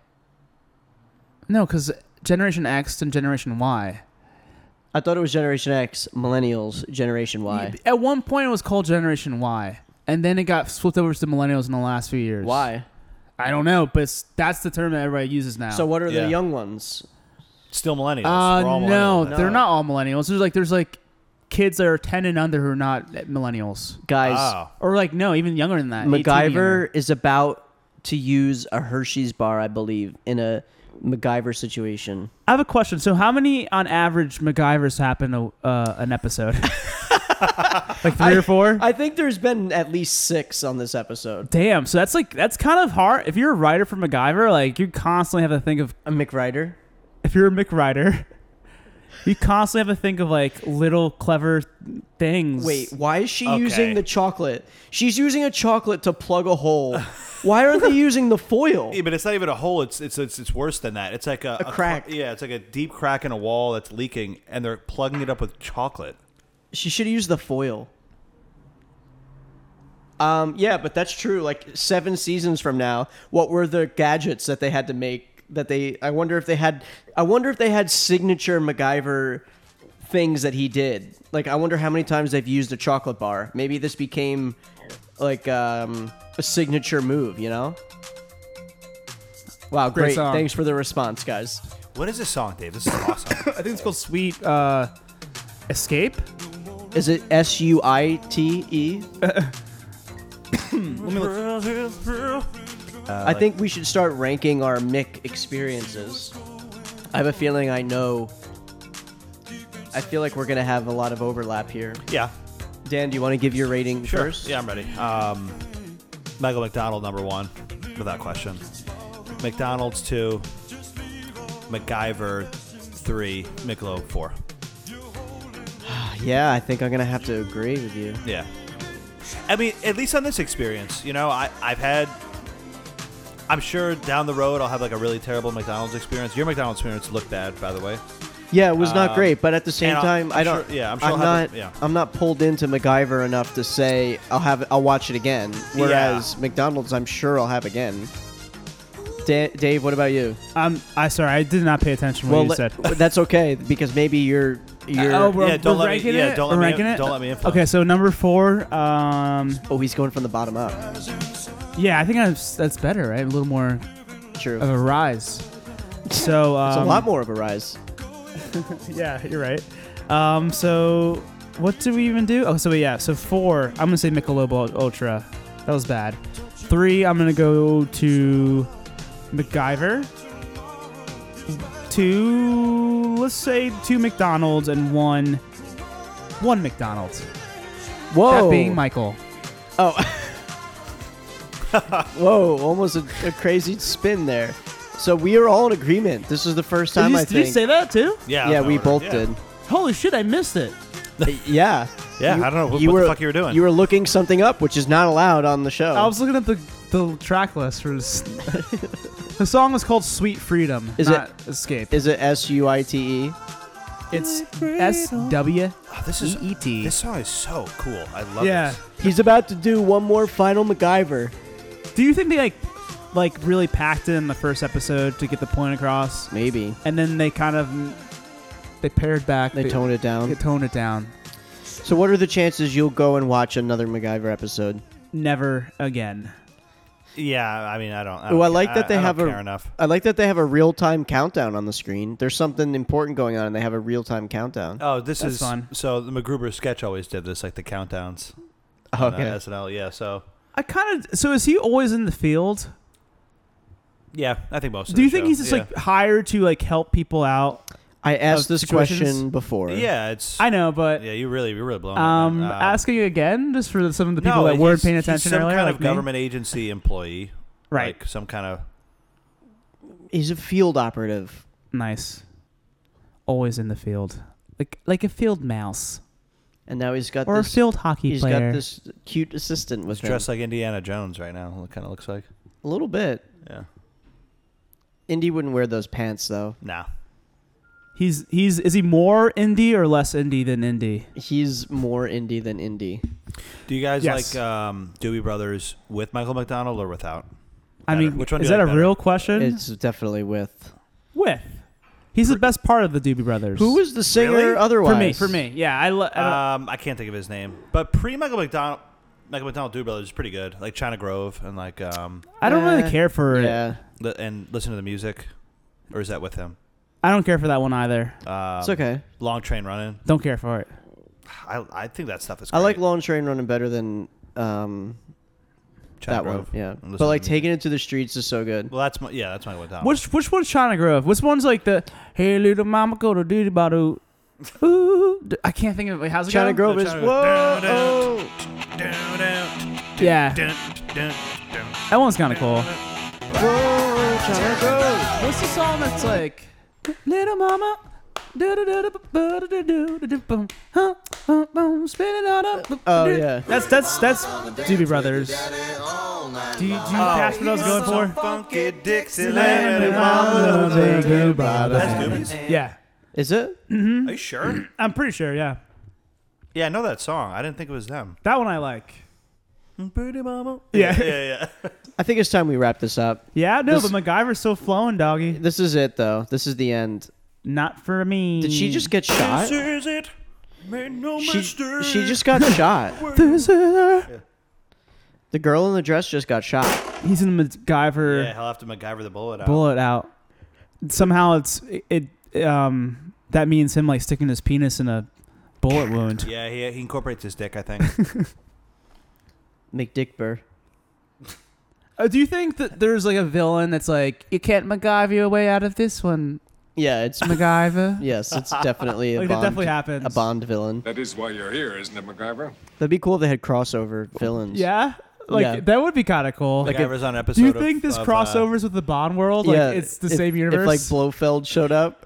Speaker 9: No, because Generation X and Generation Y.
Speaker 8: I thought it was Generation X, Millennials, Generation Y.
Speaker 9: At one point, it was called Generation Y, and then it got flipped over to millennials in the last few years.
Speaker 8: Why?
Speaker 9: I don't know, but it's- that's the term that everybody uses now.
Speaker 8: So what are
Speaker 6: Yeah.
Speaker 8: the young ones?
Speaker 6: still millennials.
Speaker 9: Uh,
Speaker 6: We're all
Speaker 9: no,
Speaker 6: millennials.
Speaker 9: they're not all millennials. There's like there's like kids that are ten and under who are not millennials,
Speaker 8: Guys,
Speaker 6: Wow.
Speaker 9: or like no, even younger than that. 18 and
Speaker 8: MacGyver
Speaker 9: younger.
Speaker 8: is about to use a Hershey's bar, I believe, in a MacGyver situation.
Speaker 9: I have a question. So how many on average MacGyvers happen a, uh, an episode? like three or four.
Speaker 8: I think there's been at least six on this episode.
Speaker 9: Damn. So that's like that's kind of hard. If you're a writer for MacGyver, like you constantly have to think of
Speaker 8: A McRider.
Speaker 9: if you're a McWriter, you constantly have to think of like little clever things.
Speaker 8: Wait, why is she
Speaker 6: Okay.
Speaker 8: using the chocolate? She's using a chocolate to plug a hole. why aren't they using the foil?
Speaker 6: Yeah, but it's not even a hole. It's it's it's, it's worse than that. It's like a,
Speaker 8: A
Speaker 6: cr-
Speaker 8: crack.
Speaker 6: yeah, it's like a deep crack in a wall that's leaking, and they're plugging it up with chocolate.
Speaker 8: She should have used the foil. Um, yeah, but that's true. Like seven seasons from now, what were the gadgets that they had to make? That they, I wonder if they had, I wonder if they had signature MacGyver things that he did. Like, I wonder how many times they've used a chocolate bar. Maybe this became like um, a signature move. You know? Wow, great!
Speaker 9: song.
Speaker 8: Thanks for the response, guys.
Speaker 6: What is this song, Dave? This is awesome.
Speaker 9: I think it's called Sweet uh, Escape.
Speaker 8: Is it S U I T E? I think we should start ranking our Mick experiences. I have a feeling I know. I feel like we're gonna have a lot of overlap here.
Speaker 6: yeah,
Speaker 8: Dan, do you want to give your rating
Speaker 6: sure.
Speaker 8: first?
Speaker 6: Yeah, I'm ready. Um, Michael McDonald number one, without question. McDonald's two. MacGyver three. Michelob four.
Speaker 8: Yeah, I think I'm gonna have to agree with you.
Speaker 6: Yeah. I mean, at least on this experience, you know, I, I've had. I'm sure down the road I'll have like a really terrible McDonald's experience. Your McDonald's experience looked bad, by the way.
Speaker 8: Yeah, it was not
Speaker 6: Um,
Speaker 8: great, but at the same
Speaker 6: and I'll-
Speaker 8: time,
Speaker 6: I'm
Speaker 8: I don't.
Speaker 6: sure- yeah, I'm sure
Speaker 8: I'm
Speaker 6: I'll have
Speaker 8: not.
Speaker 6: a- yeah.
Speaker 8: I'm not pulled into MacGyver enough to say I'll have. I'll watch it again. Whereas McDonald's, I'm sure I'll have again. Da- Dave, what about you?
Speaker 9: I'm Um, I sorry, I did not pay attention to what
Speaker 8: well,
Speaker 9: you
Speaker 8: let-
Speaker 9: said.
Speaker 8: that's okay because maybe you're you're.
Speaker 9: oh, we're,
Speaker 6: Oh, Yeah, don't
Speaker 9: we're
Speaker 6: let me-
Speaker 9: ranking
Speaker 6: yeah,
Speaker 9: it?
Speaker 6: don't let
Speaker 9: we're
Speaker 6: me-
Speaker 9: ranking it.
Speaker 6: don't let me influence.
Speaker 9: Okay, so number four. Um,
Speaker 8: Oh, he's going from the bottom up.
Speaker 9: yeah, I think i that's better, right? A little more
Speaker 8: True.
Speaker 9: of a rise. So um,
Speaker 8: it's a lot more of a rise.
Speaker 9: Yeah, you're right. Um, so what do we even do? Oh, so yeah, so four. I'm gonna say Michelob Ul- Ultra. That was bad. Three. I'm gonna go to MacGyver. Two. Let's say two McDonald's and one. One McDonald's.
Speaker 8: Whoa.
Speaker 9: That being Michael.
Speaker 8: oh. Whoa! Almost a, a crazy spin there. So we are all in agreement. This is the first time I think.
Speaker 9: that too?
Speaker 6: Yeah.
Speaker 8: yeah,
Speaker 6: I'll
Speaker 8: we
Speaker 6: remember.
Speaker 8: both
Speaker 6: Yeah.
Speaker 8: did.
Speaker 9: Holy shit! I missed it.
Speaker 8: Yeah.
Speaker 6: Yeah,
Speaker 8: You-
Speaker 6: I don't know what, what the fuck you were doing.
Speaker 8: You were looking something up, which is not allowed on the show.
Speaker 9: I was looking at the the track list for this. the song was called "Sweet Freedom."
Speaker 8: Is
Speaker 9: not Escape?
Speaker 8: is it S U I T E?
Speaker 9: It's S W
Speaker 6: Oh, this is
Speaker 9: E E T.
Speaker 6: this song is so cool. I love
Speaker 9: Yeah.
Speaker 6: this.
Speaker 8: He's about to do one more final MacGyver.
Speaker 9: Do you think they like like really packed in the first episode to get the point across,
Speaker 8: Maybe
Speaker 9: and then they kind of they pared back,
Speaker 8: they toned it
Speaker 9: they
Speaker 8: down.
Speaker 9: toned it down.
Speaker 8: So, what are the chances you'll go and watch another MacGyver episode?
Speaker 9: Never again.
Speaker 6: Yeah, I mean, I don't. I,
Speaker 8: Oh,
Speaker 6: don't
Speaker 8: I like
Speaker 6: ca-
Speaker 8: that they
Speaker 6: I don't
Speaker 8: have a-
Speaker 6: care enough.
Speaker 8: I like that they have a real time countdown on the screen. There's something important going on, and they have a real time countdown.
Speaker 6: Oh, this
Speaker 9: That's
Speaker 6: is
Speaker 9: fun.
Speaker 6: so the MacGruber sketch always did this, like the countdowns. on, uh,
Speaker 8: okay.
Speaker 6: SNL. Yeah. So
Speaker 9: I kind of so is he always in the field?
Speaker 6: yeah, I think most. of
Speaker 9: Do you
Speaker 6: the
Speaker 9: think
Speaker 6: show.
Speaker 9: he's just
Speaker 6: yeah.
Speaker 9: like hired to like help people out?
Speaker 8: I asked
Speaker 9: Uh,
Speaker 8: this
Speaker 9: situations?
Speaker 8: question before.
Speaker 6: Yeah, it's.
Speaker 9: I know, but
Speaker 6: yeah, you really, you really blown.
Speaker 9: um,
Speaker 6: it, man. Uh,
Speaker 9: asking again just for some of the people
Speaker 6: no,
Speaker 9: that weren't
Speaker 6: he's-
Speaker 9: paying
Speaker 6: he's
Speaker 9: attention
Speaker 6: Some
Speaker 9: earlier,
Speaker 6: kind
Speaker 9: like
Speaker 6: of
Speaker 9: me.
Speaker 6: government agency employee,
Speaker 9: Right.
Speaker 6: Like some kind of
Speaker 8: He's a field operative.
Speaker 7: nice. Always in the field, like like a field mouse
Speaker 8: And now he's got
Speaker 7: or a
Speaker 8: this.
Speaker 7: field hockey
Speaker 8: He's
Speaker 7: player.
Speaker 8: got this cute assistant with
Speaker 6: He's
Speaker 8: him.
Speaker 6: dressed like Indiana Jones right now. It kind of looks like.
Speaker 8: a little bit.
Speaker 6: Yeah.
Speaker 8: Indy wouldn't wear those pants though.
Speaker 6: Nah.
Speaker 9: He's he's is he more indie or less indie than indie?
Speaker 8: He's more indie than indie.
Speaker 6: Do you guys
Speaker 7: Yes.
Speaker 6: like um, Doobie Brothers with Michael McDonald or without?
Speaker 9: I
Speaker 6: Better.
Speaker 9: mean,
Speaker 6: Which one do
Speaker 9: is
Speaker 6: you
Speaker 9: that
Speaker 6: like
Speaker 9: a
Speaker 6: better?
Speaker 9: real question?
Speaker 8: It's definitely with.
Speaker 9: with. He's the best part of the Doobie Brothers.
Speaker 8: Who was the singer
Speaker 6: Really? For me,
Speaker 8: otherwise? Uh,
Speaker 9: for me? For me, yeah. I, lo- I don't-
Speaker 6: Um, I can't think of his name, but pre Michael McDonald, Michael McDonald Doobie Brothers is pretty good. Like China Grove and like um,
Speaker 9: I don't
Speaker 8: eh,
Speaker 9: really care for it.
Speaker 8: Yeah,
Speaker 6: li- and listen to the music, or is that with him?
Speaker 9: I don't care for that one either.
Speaker 6: Um,
Speaker 8: it's okay.
Speaker 6: Long train running.
Speaker 9: Don't care for it.
Speaker 6: I, I think that stuff is.
Speaker 8: I
Speaker 6: Great.
Speaker 8: like Long Train Running better than um,
Speaker 6: China
Speaker 8: that one.
Speaker 6: Grove.
Speaker 8: Yeah,
Speaker 6: And listen
Speaker 8: but
Speaker 6: to
Speaker 8: like
Speaker 6: the music.
Speaker 8: taking it to the streets is so good.
Speaker 6: Well, that's my yeah, that's Michael McDonald.
Speaker 9: Which which one's China Grove? Which one's like the Hey little mama go to duty bado? Ooh, d- I can't think of it. How's it
Speaker 8: China
Speaker 9: go?
Speaker 8: Grove is
Speaker 6: China
Speaker 8: whoa.
Speaker 6: Grove.
Speaker 8: oh.
Speaker 9: Yeah, that one's kind of cool. What's the song that's like Little Mama?
Speaker 8: Oh,
Speaker 9: Oh
Speaker 8: yeah.
Speaker 9: that's that's that's Doobie Brothers. Do you, do you catch what I was going for?
Speaker 6: Funky Dixieland. That's Doobie's.
Speaker 9: Yeah,
Speaker 8: Is it?
Speaker 6: Are you sure?
Speaker 9: I'm pretty sure. Yeah,
Speaker 6: Yeah, I know that song. I didn't think it was them.
Speaker 9: that one I like.
Speaker 6: Pretty mama.
Speaker 9: Yeah.
Speaker 6: yeah, yeah.
Speaker 8: I think it's time we wrap this up.
Speaker 9: Yeah, no,
Speaker 8: This-
Speaker 9: but MacGyver's still flowing, doggy.
Speaker 8: This is it though. This is the end.
Speaker 9: Not for me.
Speaker 8: Did she just get shot?
Speaker 6: is it. Made no
Speaker 8: She, she just got shot. The girl in the dress just got shot.
Speaker 9: He's in the MacGyver
Speaker 6: Yeah, he'll have to MacGyver the bullet out.
Speaker 9: bullet out. Somehow it's it, um that means him like sticking his penis in a bullet wound.
Speaker 6: Yeah, he, he incorporates his dick, I think.
Speaker 8: McDickbur.
Speaker 9: Uh, do you think that there's like a villain that's like you can't MacGyver your way out of this one,
Speaker 8: Yeah, it's
Speaker 9: MacGyver?
Speaker 8: yes, it's definitely a
Speaker 9: like that
Speaker 8: Bond.
Speaker 9: definitely happens.
Speaker 8: a Bond villain.
Speaker 10: That is why you're here, isn't it, MacGyver?
Speaker 8: That'd be cool if they had crossover villains.
Speaker 9: Yeah, like
Speaker 8: Yeah.
Speaker 9: that would be kind of cool.
Speaker 6: Like MacGyver's on an episode.
Speaker 9: do you think
Speaker 6: of,
Speaker 9: this
Speaker 6: of, Uh,
Speaker 9: crossovers with the Bond world? Like
Speaker 8: yeah.
Speaker 9: it's the
Speaker 8: if-
Speaker 9: same universe.
Speaker 8: If like Blofeld showed up.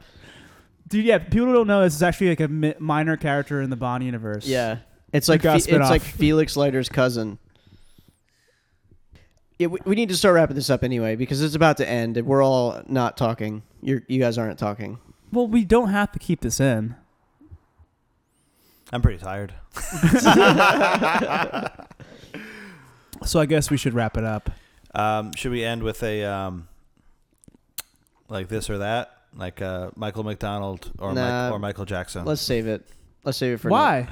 Speaker 9: Dude, yeah, people don't know this is actually like a mi- minor character in the Bond universe.
Speaker 8: Yeah, it's like
Speaker 9: got
Speaker 8: Fe-
Speaker 9: a
Speaker 8: it's
Speaker 9: spin-off.
Speaker 8: like Felix Leiter's cousin. Yeah, we, we need to start wrapping this up anyway because it's about to end and we're all not talking. You're, you guys aren't talking.
Speaker 9: Well, we don't have to keep this in.
Speaker 6: I'm pretty tired.
Speaker 9: So I guess we should wrap it up.
Speaker 6: Um, should we end with a um, like this or that, like uh, Michael McDonald or
Speaker 8: Nah.
Speaker 6: Mike, or Michael Jackson?
Speaker 8: Let's save it. Let's save it for
Speaker 9: Oh. Why?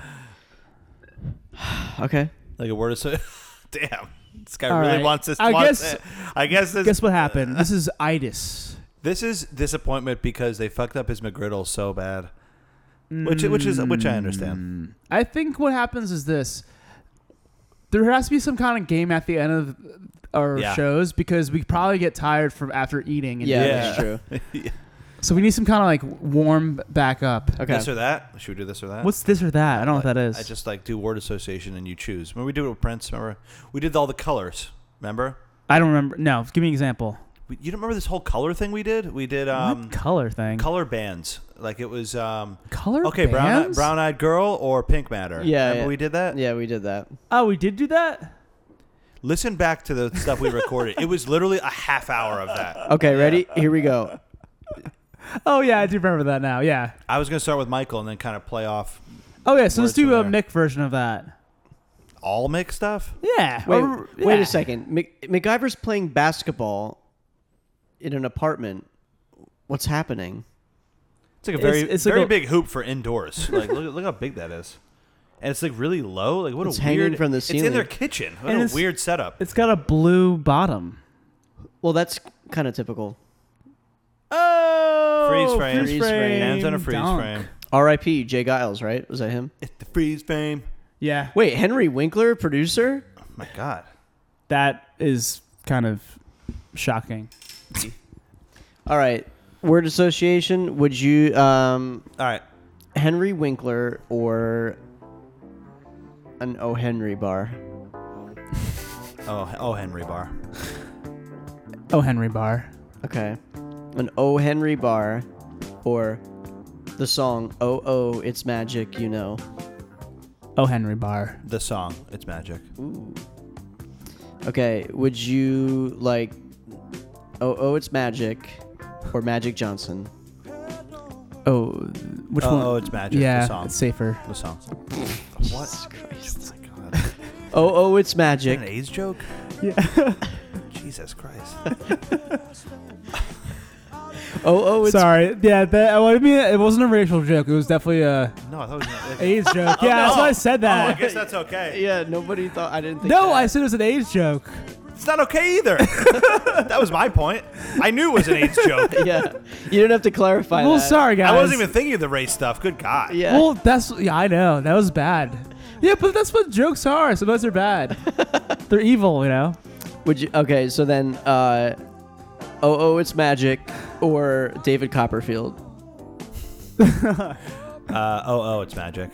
Speaker 8: now. Okay.
Speaker 6: like a word of so- damn. This guy
Speaker 9: All
Speaker 6: really
Speaker 9: right.
Speaker 6: wants this.
Speaker 9: I
Speaker 6: wants
Speaker 9: guess-
Speaker 6: it. I guess this.
Speaker 9: Guess what happened? This is itis.
Speaker 6: This is disappointment because they fucked up his McGriddle so bad, which which is which I understand.
Speaker 9: Mm. I think what happens is this: there has to be some kind of game at the end of our
Speaker 6: Yeah.
Speaker 9: shows because we probably get tired from after eating. And
Speaker 8: Yeah,
Speaker 6: Yeah.
Speaker 8: that's true.
Speaker 9: So we need some kind of like warm back up.
Speaker 8: Okay.
Speaker 6: This or that? Should we do this or that?
Speaker 9: What's this or that? I don't know what that is.
Speaker 6: Uh, I just like do word association and you choose. Remember we did it with Prince. Remember we did all the colors. Remember
Speaker 9: I don't remember. No, give me an example.
Speaker 6: we, you don't remember this whole color thing we did? We did
Speaker 9: what
Speaker 6: um
Speaker 9: color thing?
Speaker 6: color bands. Like it was um
Speaker 9: color.
Speaker 6: okay brown
Speaker 9: bands?
Speaker 6: brown eyed girl or pink matter.
Speaker 8: Yeah,
Speaker 6: remember
Speaker 8: yeah.
Speaker 6: we did that.
Speaker 8: Yeah, we did that.
Speaker 9: Oh, we did do that.
Speaker 6: Listen back to the stuff we recorded. it was literally a half hour of that.
Speaker 8: Okay, ready? Here we go.
Speaker 9: Oh yeah, I do remember that now. Yeah.
Speaker 6: I was gonna start with Michael and then kind of play off
Speaker 9: Oh yeah. So
Speaker 6: Words
Speaker 9: let's do
Speaker 6: from
Speaker 9: a
Speaker 6: there.
Speaker 9: Nick version of that.
Speaker 6: all mixed stuff.
Speaker 9: Yeah.
Speaker 8: Wait,
Speaker 9: or-
Speaker 8: wait
Speaker 9: yeah.
Speaker 8: a second. Mc, MacGyver's playing basketball in an apartment. What's happening?
Speaker 6: It's like a
Speaker 9: It's-
Speaker 6: very
Speaker 9: it's like
Speaker 6: very
Speaker 9: a-
Speaker 6: big hoop for indoors. Like look, look how big that is. And it's like really low. Like what
Speaker 8: It's
Speaker 6: a
Speaker 8: hanging
Speaker 6: weird
Speaker 8: from the
Speaker 6: It's in their
Speaker 8: ceiling.
Speaker 6: kitchen.
Speaker 9: And
Speaker 6: What a
Speaker 9: it's-
Speaker 6: weird setup.
Speaker 9: It's got a blue bottom.
Speaker 8: Well, that's kind of typical.
Speaker 9: Oh.
Speaker 6: Freeze frame.
Speaker 8: freeze frame
Speaker 6: Hands on a freeze
Speaker 9: dunk.
Speaker 6: frame.
Speaker 8: R.I.P. Jay Giles, right? Was that him?
Speaker 6: It's the freeze frame.
Speaker 9: Yeah.
Speaker 8: Wait, Henry Winkler, producer?
Speaker 6: My God.
Speaker 9: That is kind of shocking.
Speaker 8: All right. Word association. Would you, um,
Speaker 6: All right.
Speaker 8: Henry Winkler or an O. Henry bar?
Speaker 6: Oh, oh, Henry Bar.
Speaker 9: Oh, Henry Barr.
Speaker 8: Okay. An O. Henry bar or the song "Oh Oh It's Magic," you know.
Speaker 9: Oh, Henry Bar.
Speaker 6: The song, it's magic.
Speaker 8: Okay, would you like "Oh Oh It's Magic" or Magic Johnson?
Speaker 9: Oh, which
Speaker 6: Oh,
Speaker 9: one?
Speaker 6: oh, it's magic.
Speaker 9: Yeah,
Speaker 6: the song.
Speaker 9: it's safer.
Speaker 6: the song.
Speaker 8: Jesus Christ! Oh Oh It's
Speaker 6: An
Speaker 8: Magic.
Speaker 6: AIDS joke? Yeah. Jesus Christ.
Speaker 8: Oh Oh It's
Speaker 9: Sorry. Yeah, that, I mean, it wasn't a racial joke. It was definitely a
Speaker 6: No, I thought it was. an-
Speaker 9: AIDS joke. Yeah, that's why I said
Speaker 6: Oh, I
Speaker 9: that.
Speaker 6: guess that's okay.
Speaker 8: Yeah, nobody thought I didn't think.
Speaker 9: no,
Speaker 8: that.
Speaker 9: I said it was an AIDS joke.
Speaker 6: It's not okay either. that was my point. I knew it was an AIDS joke.
Speaker 8: yeah, you didn't have to clarify.
Speaker 9: Well,
Speaker 8: that.
Speaker 9: sorry guys.
Speaker 6: I wasn't even thinking of the race stuff. Good God.
Speaker 8: Yeah.
Speaker 9: Well, that's yeah, I know that was bad. Yeah, but that's what jokes are. Sometimes they're bad. they're evil, you know.
Speaker 8: Would you? Okay, so then, uh, oh, oh, it's magic, or David Copperfield.
Speaker 6: Uh, oh, oh, it's magic.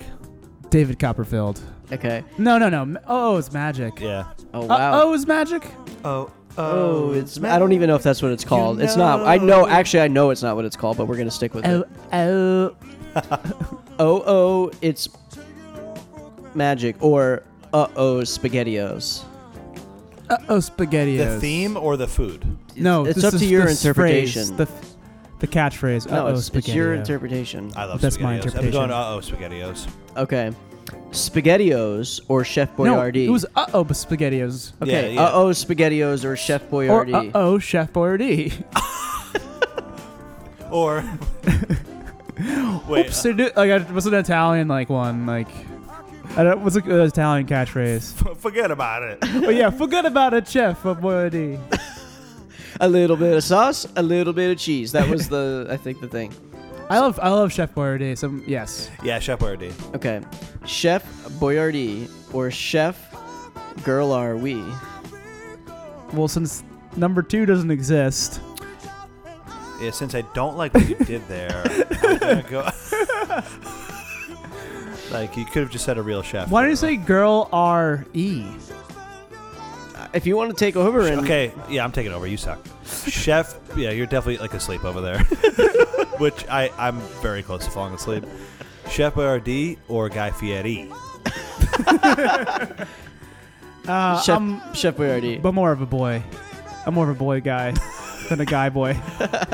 Speaker 9: David Copperfield.
Speaker 8: Okay.
Speaker 9: No, no, no. Oh, oh it's magic.
Speaker 6: Yeah.
Speaker 8: Oh
Speaker 9: Uh,
Speaker 8: wow.
Speaker 9: oh, it's magic.
Speaker 6: Oh, oh,
Speaker 8: oh,
Speaker 9: Um,
Speaker 8: it's. I don't even know if that's what it's called. it's not. I know. Actually, I know it's not what it's called, but we're gonna stick with it.
Speaker 9: oh.
Speaker 8: Oh, oh, it's magic, or uh oh, spaghettios.
Speaker 9: Uh oh, spaghetti.
Speaker 6: The theme or the food?
Speaker 9: No,
Speaker 8: It's
Speaker 9: this
Speaker 8: up to
Speaker 9: is
Speaker 8: your
Speaker 9: this phrase,
Speaker 8: interpretation.
Speaker 9: the, the catchphrase.
Speaker 8: No,
Speaker 9: uh-oh,
Speaker 8: it's, it's
Speaker 9: spaghetti.
Speaker 8: your interpretation.
Speaker 6: I love
Speaker 9: That's
Speaker 6: SpaghettiOs.
Speaker 9: my
Speaker 6: I'm
Speaker 9: interpretation.
Speaker 6: going, uh oh, SpaghettiOs.
Speaker 8: Okay. Spaghettios or Chef
Speaker 9: No,
Speaker 8: Boyardee.
Speaker 9: it was uh oh, but spaghettios.
Speaker 6: Yeah,
Speaker 8: okay.
Speaker 6: yeah.
Speaker 8: Uh oh, spaghettios or Chef
Speaker 9: Or
Speaker 8: Boyardee.
Speaker 9: uh oh, Chef Boyardee.
Speaker 6: Or. Wait.
Speaker 9: Oops, they do, like I- what's an Italian like one like? I don't, what's an Italian catchphrase?
Speaker 6: f- Forget about it.
Speaker 9: oh yeah, forget about it, chef of Boyardee.
Speaker 8: a little bit of sauce, a little bit of cheese. That was the I think the thing.
Speaker 9: I love I love Chef Boyardee. So yes,
Speaker 6: Yeah, Chef Boyardee.
Speaker 8: Okay, Chef Boyardee or Chef Girl Are We?
Speaker 9: well since number two doesn't exist,
Speaker 6: Yeah, since I don't like what you did there, I'm gonna go. like you could have just said a real chef.
Speaker 9: why don't you say girl R E?
Speaker 8: If you want to take over and
Speaker 6: Okay, yeah, I'm taking over. You suck, chef. Yeah, you're definitely like asleep over there, which I I'm very close to falling asleep. Chef Boyardee or Guy Fieri?
Speaker 9: Uh,
Speaker 8: Chef
Speaker 9: I'm
Speaker 8: Chef Boyardee.
Speaker 9: but more of a boy. I'm more of a boy guy than a guy boy.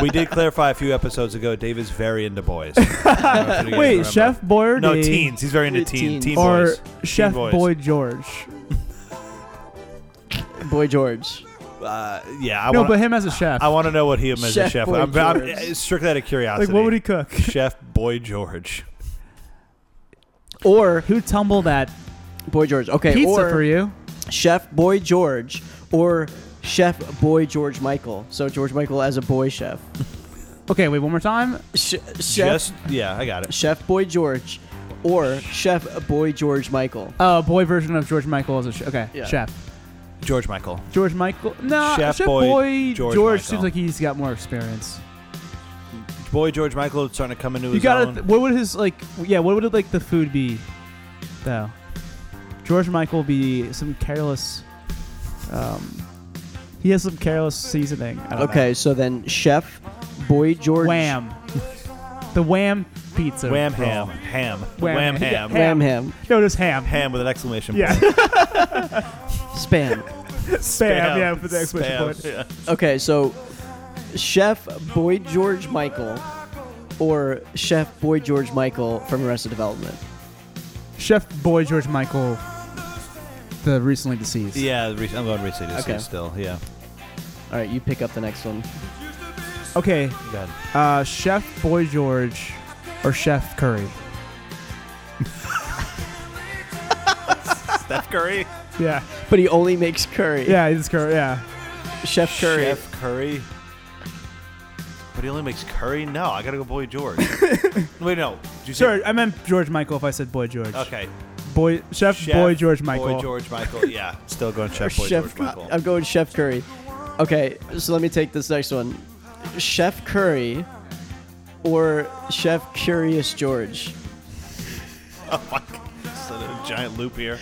Speaker 6: We did clarify a few episodes ago. David's very into boys. I don't know if you guys
Speaker 9: Wait,
Speaker 6: remember.
Speaker 9: Chef Boyardee
Speaker 6: No, teens. He's very into teen,
Speaker 8: Teens.
Speaker 6: teen
Speaker 9: or
Speaker 6: boys.
Speaker 9: Chef
Speaker 6: boys.
Speaker 9: Boy George?
Speaker 8: Boy George.
Speaker 6: Uh, yeah, I
Speaker 9: no,
Speaker 6: want.
Speaker 9: but him as a chef.
Speaker 6: I want to know what he is
Speaker 8: Chef
Speaker 6: a chef.
Speaker 8: Boy
Speaker 6: I'm, I'm-
Speaker 8: George.
Speaker 6: it's strictly out of curiosity.
Speaker 9: like what would he cook?
Speaker 6: Chef Boy George.
Speaker 8: Or
Speaker 9: Who tumbled that
Speaker 8: Boy George. Okay,
Speaker 9: pizza
Speaker 8: or
Speaker 9: for you?
Speaker 8: Chef Boy George or Chef Boy George Michael. So George Michael as a boy chef.
Speaker 9: Okay, wait one more time.
Speaker 8: Sh- chef
Speaker 6: Just yeah, I got it.
Speaker 8: Chef Boy George or Chef Boy George Michael.
Speaker 9: Oh, boy version of George Michael as a chef. Okay,
Speaker 8: Yeah.
Speaker 9: chef.
Speaker 6: George Michael.
Speaker 9: George Michael. No,
Speaker 6: Chef
Speaker 9: Chef,
Speaker 6: Boy
Speaker 9: Boy, George,
Speaker 6: George Michael.
Speaker 9: seems like he's got more experience.
Speaker 6: Boy George Michael is starting to come into
Speaker 9: You
Speaker 6: his
Speaker 9: gotta.
Speaker 6: own.
Speaker 9: what would his like? Yeah, what would like the food be? Though, George Michael be some careless. Um, he has some careless seasoning. I don't know.
Speaker 8: Okay, so then Chef Boy George.
Speaker 9: Wham. the wham pizza.
Speaker 6: Wham
Speaker 9: roll.
Speaker 6: ham ham wham,
Speaker 9: Wham-
Speaker 6: ham
Speaker 9: yeah.
Speaker 8: Wham ham.
Speaker 9: No, just ham.
Speaker 6: ham with an exclamation
Speaker 9: Yeah.
Speaker 6: point.
Speaker 8: Spam.
Speaker 9: Spam. Yeah, for the exclamation
Speaker 6: Spam,
Speaker 9: point.
Speaker 6: yeah.
Speaker 8: Okay, so Chef Boy George Michael or Chef Boy George Michael from Arrested Development.
Speaker 9: Chef Boy George Michael, the recently deceased.
Speaker 6: Yeah, Reese- I'm going Reese okay.
Speaker 8: Okay.
Speaker 6: still. Yeah,
Speaker 8: All right, you pick up the next one.
Speaker 9: Okay,
Speaker 6: good.
Speaker 9: uh, Chef Boy George or Chef Curry.
Speaker 6: Steph Curry,
Speaker 9: Yeah.
Speaker 8: But he only makes curry.
Speaker 9: Yeah, he's Curry. Yeah.
Speaker 8: Chef Curry.
Speaker 6: Chef Curry. But he only makes curry. No, I gotta go Boy George. Wait, no. Did you say-
Speaker 9: Sure, I meant George Michael if I said Boy George.
Speaker 6: Okay.
Speaker 9: Boy Chef,
Speaker 6: Chef
Speaker 9: Boy George Michael.
Speaker 6: Boy George Michael. Yeah, still going
Speaker 8: Or
Speaker 6: Chef Boy
Speaker 8: Chef,
Speaker 6: George Michael.
Speaker 8: I'm going Chef Curry. Okay, so let me take this next one. Chef Curry or Chef Curious George.
Speaker 6: Oh my god. Just a giant loop here.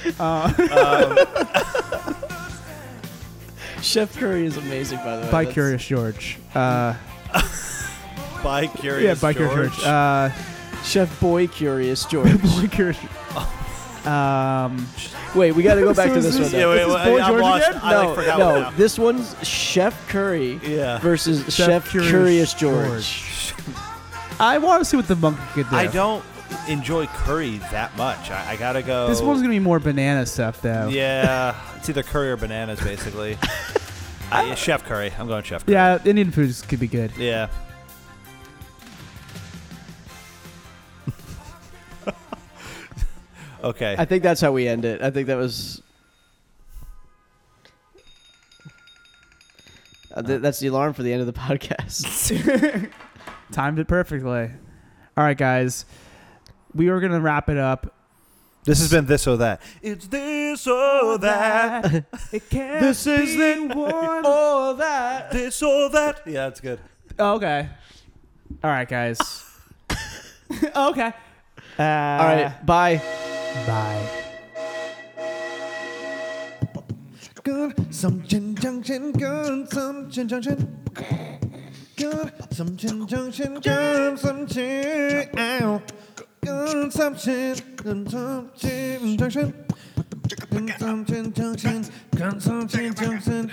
Speaker 8: Chef Curry is amazing, by the way.
Speaker 9: By
Speaker 8: That's-
Speaker 9: Curious George. Uh,
Speaker 6: By Curious
Speaker 9: yeah, Biker
Speaker 6: George.
Speaker 9: Church. Uh,
Speaker 8: Chef Boy Curious George.
Speaker 9: Boy Curious. Um,
Speaker 8: Wait, we got to go back to
Speaker 9: is-
Speaker 8: this
Speaker 9: this
Speaker 8: one.
Speaker 9: is-
Speaker 8: though.
Speaker 6: Yeah, wait,
Speaker 9: This is
Speaker 6: wait,
Speaker 9: Boy
Speaker 6: I- I'm
Speaker 9: George
Speaker 6: lost.
Speaker 9: again?
Speaker 6: I like, forgot
Speaker 8: no,
Speaker 6: one
Speaker 8: no,
Speaker 6: now.
Speaker 8: this one's Chef Curry
Speaker 6: Yeah.
Speaker 8: versus Chef, Curious, George.
Speaker 9: I want to see what the monkey could do.
Speaker 6: I don't enjoy curry that much. I, I gotta go.
Speaker 9: This one's gonna be more banana stuff, though.
Speaker 6: Yeah, it's either curry or bananas, basically. I, yeah, chef curry. I'm going chef. Curry.
Speaker 9: Yeah, Indian foods could be good.
Speaker 6: Yeah. okay.
Speaker 8: I think that's how we end it. I think that was. Uh, th- that's the alarm for the end of the podcast.
Speaker 9: Timed it perfectly. All right, guys, we are gonna wrap it up.
Speaker 6: this has been this or that. It's this or that.
Speaker 9: It can't
Speaker 6: This is the
Speaker 9: one.
Speaker 8: All that.
Speaker 6: This or that. Yeah, that's good.
Speaker 9: Oh, okay. All right, guys. okay. Uh,
Speaker 8: All right, bye.
Speaker 9: Bye.
Speaker 11: Consumption junction, consumption junction. Consumption junction, consumption. Ow. Consumption, consumption junction. Consumption junction, consumption junction.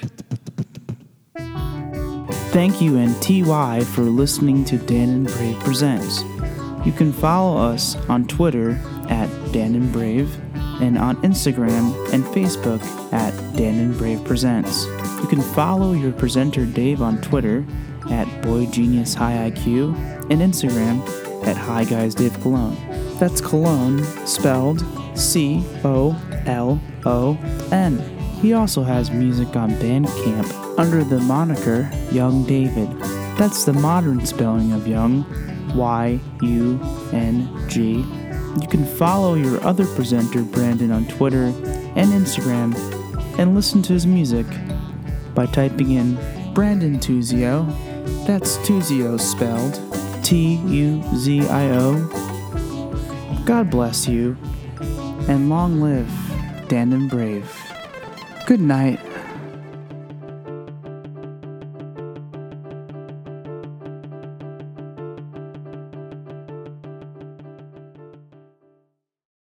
Speaker 1: Thank you and TY for listening to Dan and Brave Presents. You can follow us on Twitter at Dan and Brave and on Instagram and Facebook at Dan and Brave Presents. You can follow your presenter Dave on Twitter at Boy Genius High IQ and Instagram at High Guys Dave Cologne. That's Cologne spelled C O L O N. He also has music on Bandcamp under the moniker Young David. That's the modern spelling of Young, Y U N G. You can follow your other presenter, Brandon, on Twitter and Instagram and listen to his music by typing in Brandon Tuzio. That's Tuzio spelled T U Z I O. God bless you, and long live Dan and Brave. Good night.